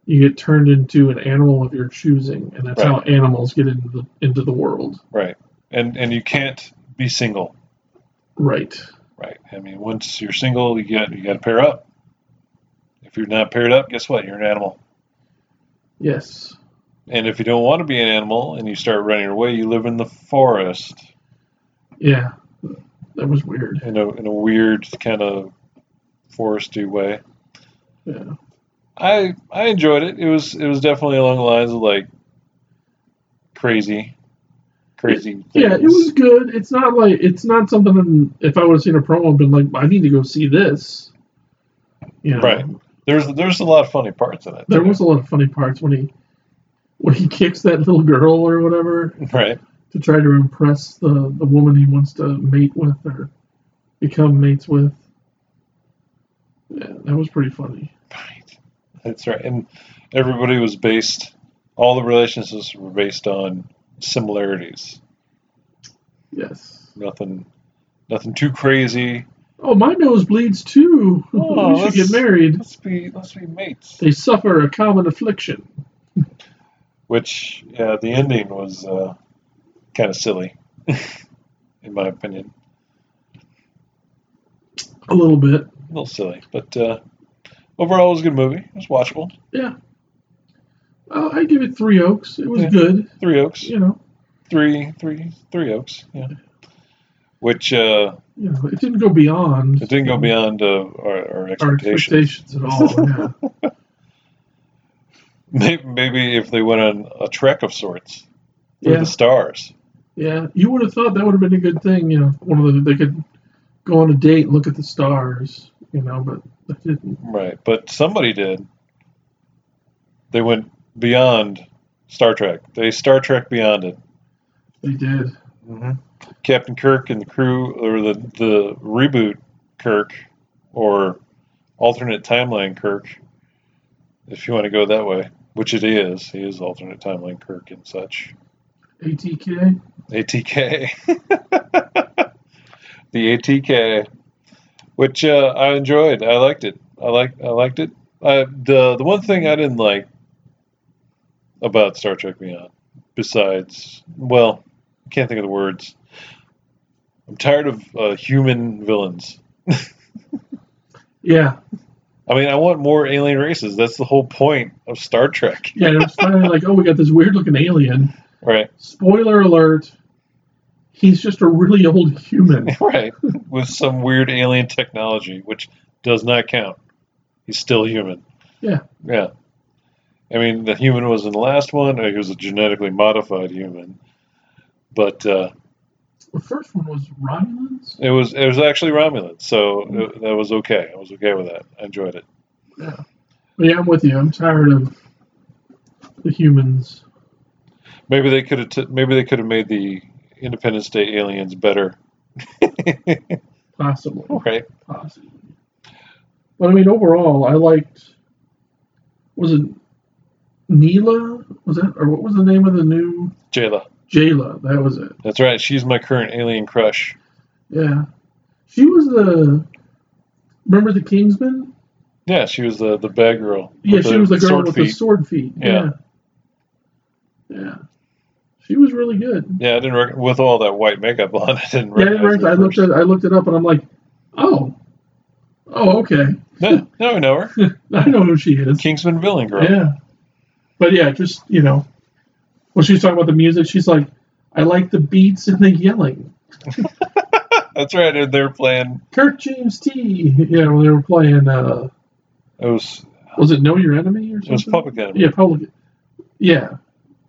Speaker 1: you get turned into an animal of your choosing, and that's how animals get into the into the world.
Speaker 2: Right. And and you can't be single.
Speaker 1: Right.
Speaker 2: Right. I mean, once you're single, you got you got to pair up. If you're not paired up, guess what? You're an animal.
Speaker 1: Yes.
Speaker 2: And if you don't want to be an animal and you start running away, you live in the forest
Speaker 1: Yeah. That was weird.
Speaker 2: in a in a weird kind of foresty way.
Speaker 1: Yeah.
Speaker 2: I I enjoyed it. It was it was definitely along the lines of like crazy, crazy.
Speaker 1: Yeah, it
Speaker 2: things.
Speaker 1: was good. It's not like it's not something. I'm- If I would have seen a promo, I'd been like, I need to go see this. You know,
Speaker 2: Right. There's there's a lot of funny parts in it.
Speaker 1: There
Speaker 2: too.
Speaker 1: was a lot of funny parts when he when he kicks that little girl or whatever
Speaker 2: right.
Speaker 1: to try to impress the the woman he wants to mate with or become mates with. Yeah, that was pretty funny.
Speaker 2: Right. That's right. And everybody was based. All the relationships were based on similarities.
Speaker 1: Yes.
Speaker 2: Nothing, nothing too crazy.
Speaker 1: Oh, my nose bleeds too.
Speaker 2: Oh,
Speaker 1: we should
Speaker 2: that's-
Speaker 1: get married.
Speaker 2: Let's be let's be mates.
Speaker 1: They suffer a common affliction.
Speaker 2: Which yeah, the ending was uh, kind of silly, in my opinion.
Speaker 1: A little bit.
Speaker 2: a little silly, but uh, overall it was a good movie. It was watchable.
Speaker 1: Yeah. Uh, I give it three oaks. It was
Speaker 2: Yeah.
Speaker 1: good.
Speaker 2: Three Oaks,
Speaker 1: You know,
Speaker 2: three, three, three Oaks. Yeah, which uh,
Speaker 1: you know, it didn't go beyond.
Speaker 2: it didn't go beyond uh, our, our
Speaker 1: our
Speaker 2: expectations.
Speaker 1: expectations at all. Yeah.
Speaker 2: Maybe, maybe if they went on a trek of sorts through
Speaker 1: yeah,
Speaker 2: the stars.
Speaker 1: yeah. You would have thought that would have been a good thing. You know, one of the they could go on a date and look at the stars. You know, but they didn't.
Speaker 2: Right, but somebody did. They went beyond Star Trek. They Star Trek beyond it.
Speaker 1: They did.
Speaker 2: Captain Kirk and the crew, or the, the reboot Kirk, or alternate timeline Kirk, if you want to go that way, which it is. He is alternate timeline Kirk and such.
Speaker 1: ATK.
Speaker 2: ATK. the ATK, which uh, I enjoyed. I liked it. I like. I liked it. I, the the one thing I didn't like about Star Trek Beyond, besides, well, can't think of the words. I'm tired of uh, human villains.
Speaker 1: Yeah,
Speaker 2: I mean, I want more alien races. That's the whole point of Star Trek,
Speaker 1: yeah. It was finally like, oh, we got this weird looking alien.
Speaker 2: right?
Speaker 1: Spoiler alert. He's just a really old human.
Speaker 2: right, with some weird alien technology, which does not count. He's still human.
Speaker 1: Yeah.
Speaker 2: Yeah. I mean, the human was in the last one. uh, He was a genetically modified human, but uh,
Speaker 1: The first one was Romulans.
Speaker 2: it was it was actually Romulan, so uh, that was okay. I was okay with that. I enjoyed it.
Speaker 1: But yeah, I'm with you. I'm tired of the humans.
Speaker 2: Maybe they could have t- maybe they could have made the Independence Day aliens better.
Speaker 1: possibly.
Speaker 2: right.
Speaker 1: Possibly. But I mean, overall, I liked. Was it Neela? Was that or what was the name of the new
Speaker 2: Jayla.
Speaker 1: Jayla? That was it.
Speaker 2: That's right. She's my current alien crush.
Speaker 1: Yeah, she was the. Remember the Kingsman?
Speaker 2: Yeah, she was the the bad girl.
Speaker 1: Yeah,
Speaker 2: with
Speaker 1: she was the girl
Speaker 2: sword
Speaker 1: with the
Speaker 2: feet.
Speaker 1: sword feet.
Speaker 2: Yeah.
Speaker 1: yeah. Yeah. She was really good.
Speaker 2: Yeah, I didn't rec- with all that white makeup on. I didn't
Speaker 1: Yeah, I, didn't
Speaker 2: recognize
Speaker 1: rec- I
Speaker 2: her
Speaker 1: looked
Speaker 2: first.
Speaker 1: at I looked it up and I'm like, oh, oh okay,
Speaker 2: No, no, we know her.
Speaker 1: I know who she is.
Speaker 2: Kingsman villain girl.
Speaker 1: Yeah, but yeah, just you know, when she was talking about the music, she's like, I like the beats and the yelling.
Speaker 2: That's right. They're playing.
Speaker 1: Kurt James T. Yeah, when they were playing, uh,
Speaker 2: It was
Speaker 1: was it Know Your Enemy or
Speaker 2: it
Speaker 1: something?
Speaker 2: was Public Enemy.
Speaker 1: Yeah, public. Yeah,
Speaker 2: I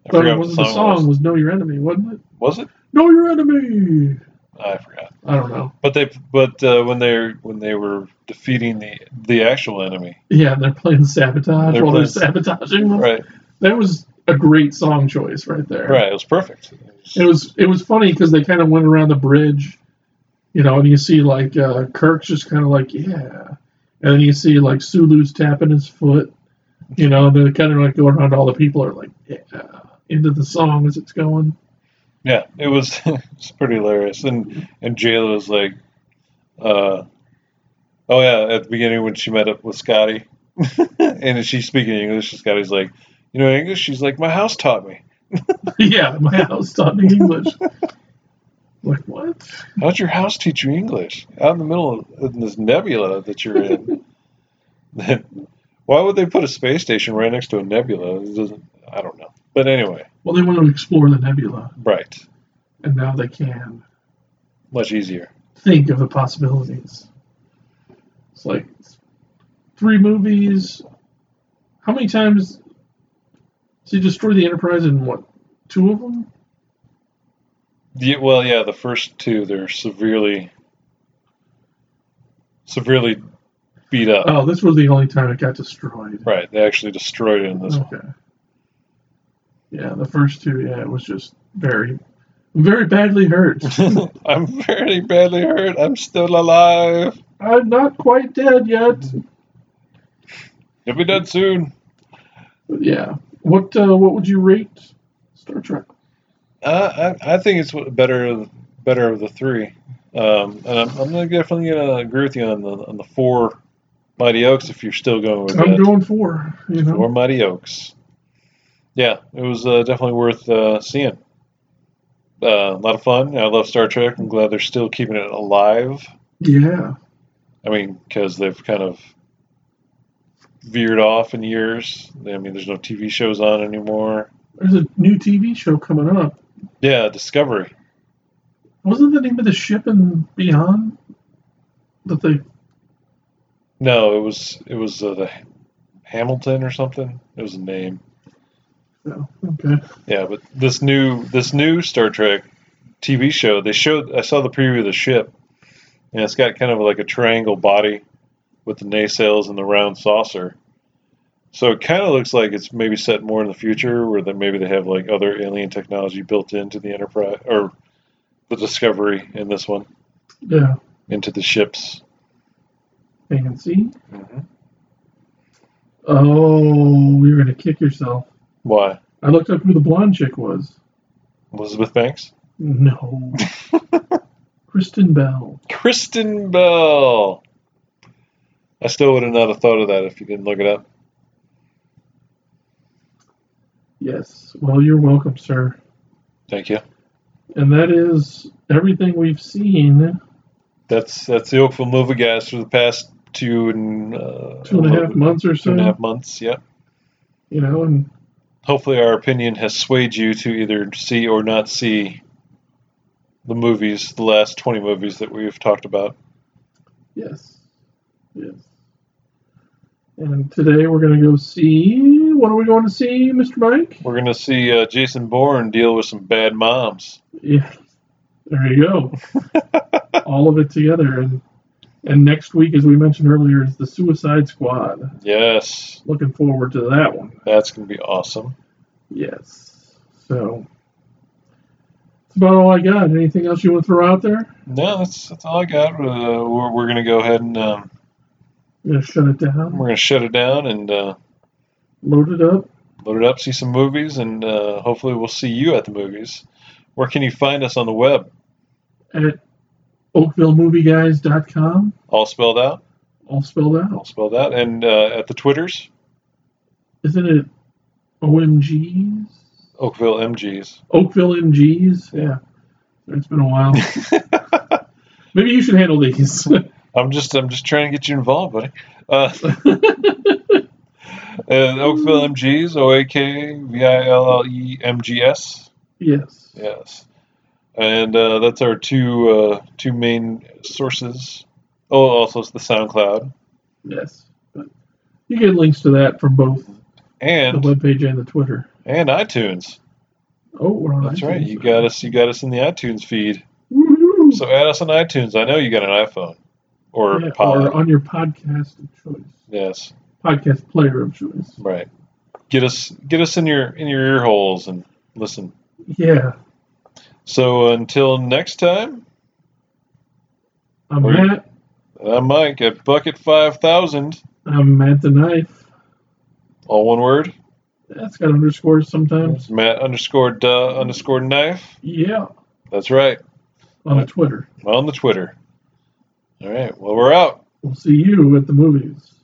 Speaker 1: but
Speaker 2: forgot
Speaker 1: it
Speaker 2: what the
Speaker 1: wasn't
Speaker 2: song,
Speaker 1: the song
Speaker 2: was.
Speaker 1: was. Know Your Enemy, wasn't it?
Speaker 2: Was it?
Speaker 1: Know Your Enemy.
Speaker 2: I forgot.
Speaker 1: I don't know.
Speaker 2: But they but uh, when they when they were defeating the the actual enemy,
Speaker 1: Yeah, they're playing sabotage
Speaker 2: They're
Speaker 1: while
Speaker 2: playing-
Speaker 1: they're sabotaging. them.
Speaker 2: right?
Speaker 1: That was a great song choice right there.
Speaker 2: Right. It was perfect.
Speaker 1: It was it was funny because they kind of went around the bridge, you know, and you see like uh, Kirk's just kind of like yeah, and then you see like Sulu's tapping his foot, you know, and they're kind of like going around to all the people are like yeah, into the song as it's going.
Speaker 2: Yeah, it was it's pretty hilarious. And and Jayla was like, uh, oh yeah, at the beginning when she met up with Scotty, and she's speaking English, and Scotty's like, you know English? She's like, my house taught me.
Speaker 1: yeah, my house taught me English. like what?
Speaker 2: How'd your house teach you English? Out in the middle of in this nebula that you're in. Why would they put a space station right next to a nebula? It doesn't, I don't know. But anyway,
Speaker 1: Well, they want to explore the nebula,
Speaker 2: right,
Speaker 1: and now they can
Speaker 2: much easier.
Speaker 1: think of the possibilities. It's like three movies. How many times? So you destroy the Enterprise in what? Two of them?
Speaker 2: Yeah, well, yeah, the first two they're severely, severely beat up.
Speaker 1: Oh, this was the only time it got destroyed.
Speaker 2: Right, they actually destroyed it in this one.
Speaker 1: Okay. Yeah, the first two. Yeah, it was just very, very badly hurt.
Speaker 2: I'm very badly hurt. I'm still alive.
Speaker 1: I'm not quite dead yet.
Speaker 2: You'll be done soon.
Speaker 1: But yeah. What uh, What would you rate Star Trek?
Speaker 2: Uh, I, I think it's what- better better of the three. Um, and I'm, I'm gonna definitely gonna agree with you on the on the four Mighty Oaks if you're still going with
Speaker 1: I'm
Speaker 2: that.
Speaker 1: going four. You know.
Speaker 2: Four Mighty Oaks. Yeah, it was uh, definitely worth uh, seeing. Uh, a lot of fun. I love Star Trek. I'm glad they're still keeping it alive.
Speaker 1: Yeah.
Speaker 2: I mean, because they've kind of veered off in years. I mean, there's no TV shows on anymore.
Speaker 1: There's a new TV show coming up.
Speaker 2: Yeah, Discovery.
Speaker 1: Wasn't the name of the ship in Beyond that they?
Speaker 2: No, it was it was uh, the Hamilton or something. It was a name.
Speaker 1: No. oh, Okay.
Speaker 2: Yeah, but this new this new Star Trek TV show, they showed. I saw the preview of the ship, and it's got kind of like a triangle body with the nacelles and the round saucer. So it kind of looks like it's maybe set more in the future, where that maybe they have like other alien technology built into the Enterprise or the Discovery in this one
Speaker 1: Yeah.
Speaker 2: into the ships.
Speaker 1: Fancy. Oh, you're gonna kick yourself.
Speaker 2: Why
Speaker 1: I looked up who the blonde chick was.
Speaker 2: Elizabeth Banks,
Speaker 1: No. Kristen Bell.
Speaker 2: Kristen Bell. I still would have not have thought of that if you didn't look it up.
Speaker 1: Yes. Well, you're welcome, sir.
Speaker 2: Thank you.
Speaker 1: And that is everything we've seen.
Speaker 2: That's that's the Oakville Movie Guys for the past two and uh,
Speaker 1: Two and a half months or
Speaker 2: two and a
Speaker 1: so.
Speaker 2: half months. Yeah.
Speaker 1: You know, and
Speaker 2: Hopefully, our opinion has swayed you to either see or not see the movies, the last twenty movies that we've talked about.
Speaker 1: yes, yes. And today we're gonna go see. What are we going to see, Mr. Mike?
Speaker 2: We're gonna see uh, Jason Bourne deal with some bad moms.
Speaker 1: Yeah, there you go. All of it together, and and next week, as we mentioned earlier, is the Suicide Squad.
Speaker 2: Yes,
Speaker 1: Looking forward to that one.
Speaker 2: that's gonna be awesome.
Speaker 1: Yes. So it's about all I got. Anything else you want to throw out there?
Speaker 2: No, that's that's all I got. Uh, we're we're gonna go ahead and um,
Speaker 1: I'm gonna shut it down,
Speaker 2: we're gonna shut it down and uh,
Speaker 1: load it up.
Speaker 2: load it up, see some movies, and uh, hopefully we'll see you at the movies. Where can you find us on the web?
Speaker 1: at oakvillemovieguys.com,
Speaker 2: All spelled out.
Speaker 1: all spelled out.
Speaker 2: All spelled out. And uh, at the Twitters,
Speaker 1: Isn't it OMGs?
Speaker 2: Oakville MGs.
Speaker 1: Oakville MGs? Yeah. It's been a while. Maybe you should handle these.
Speaker 2: I'm just I'm just trying to get you involved, buddy. Uh, and Oakville MGs, O A K V I L L E M G S.
Speaker 1: yes.
Speaker 2: Yes, and uh, that's our two uh, two main sources. Oh, also it's the SoundCloud
Speaker 1: Yes. But you get links to that from both the
Speaker 2: and
Speaker 1: webpage and the Twitter.
Speaker 2: and iTunes.
Speaker 1: Oh, we're on
Speaker 2: That's
Speaker 1: iTunes.
Speaker 2: right. You got us. You got us in the iTunes feed.
Speaker 1: Woo-hoo.
Speaker 2: So add us on iTunes. I know you got an iPhone or
Speaker 1: Yeah,
Speaker 2: pod.
Speaker 1: or on your podcast of choice,
Speaker 2: yes,
Speaker 1: podcast player of choice.
Speaker 2: right. Get us get us in your in your ear holes and listen.
Speaker 1: Yeah.
Speaker 2: So until next time,
Speaker 1: I'm
Speaker 2: Or-
Speaker 1: Matt.
Speaker 2: I'm Mike at Bucket Five Thousand.
Speaker 1: I'm Matt the Knife.
Speaker 2: All one word.
Speaker 1: That's got underscores sometimes.
Speaker 2: Matt underscore duh underscore knife.
Speaker 1: Yeah.
Speaker 2: That's right.
Speaker 1: On Twitter.
Speaker 2: On the Twitter. All right. Well, we're out.
Speaker 1: We'll see you at the movies.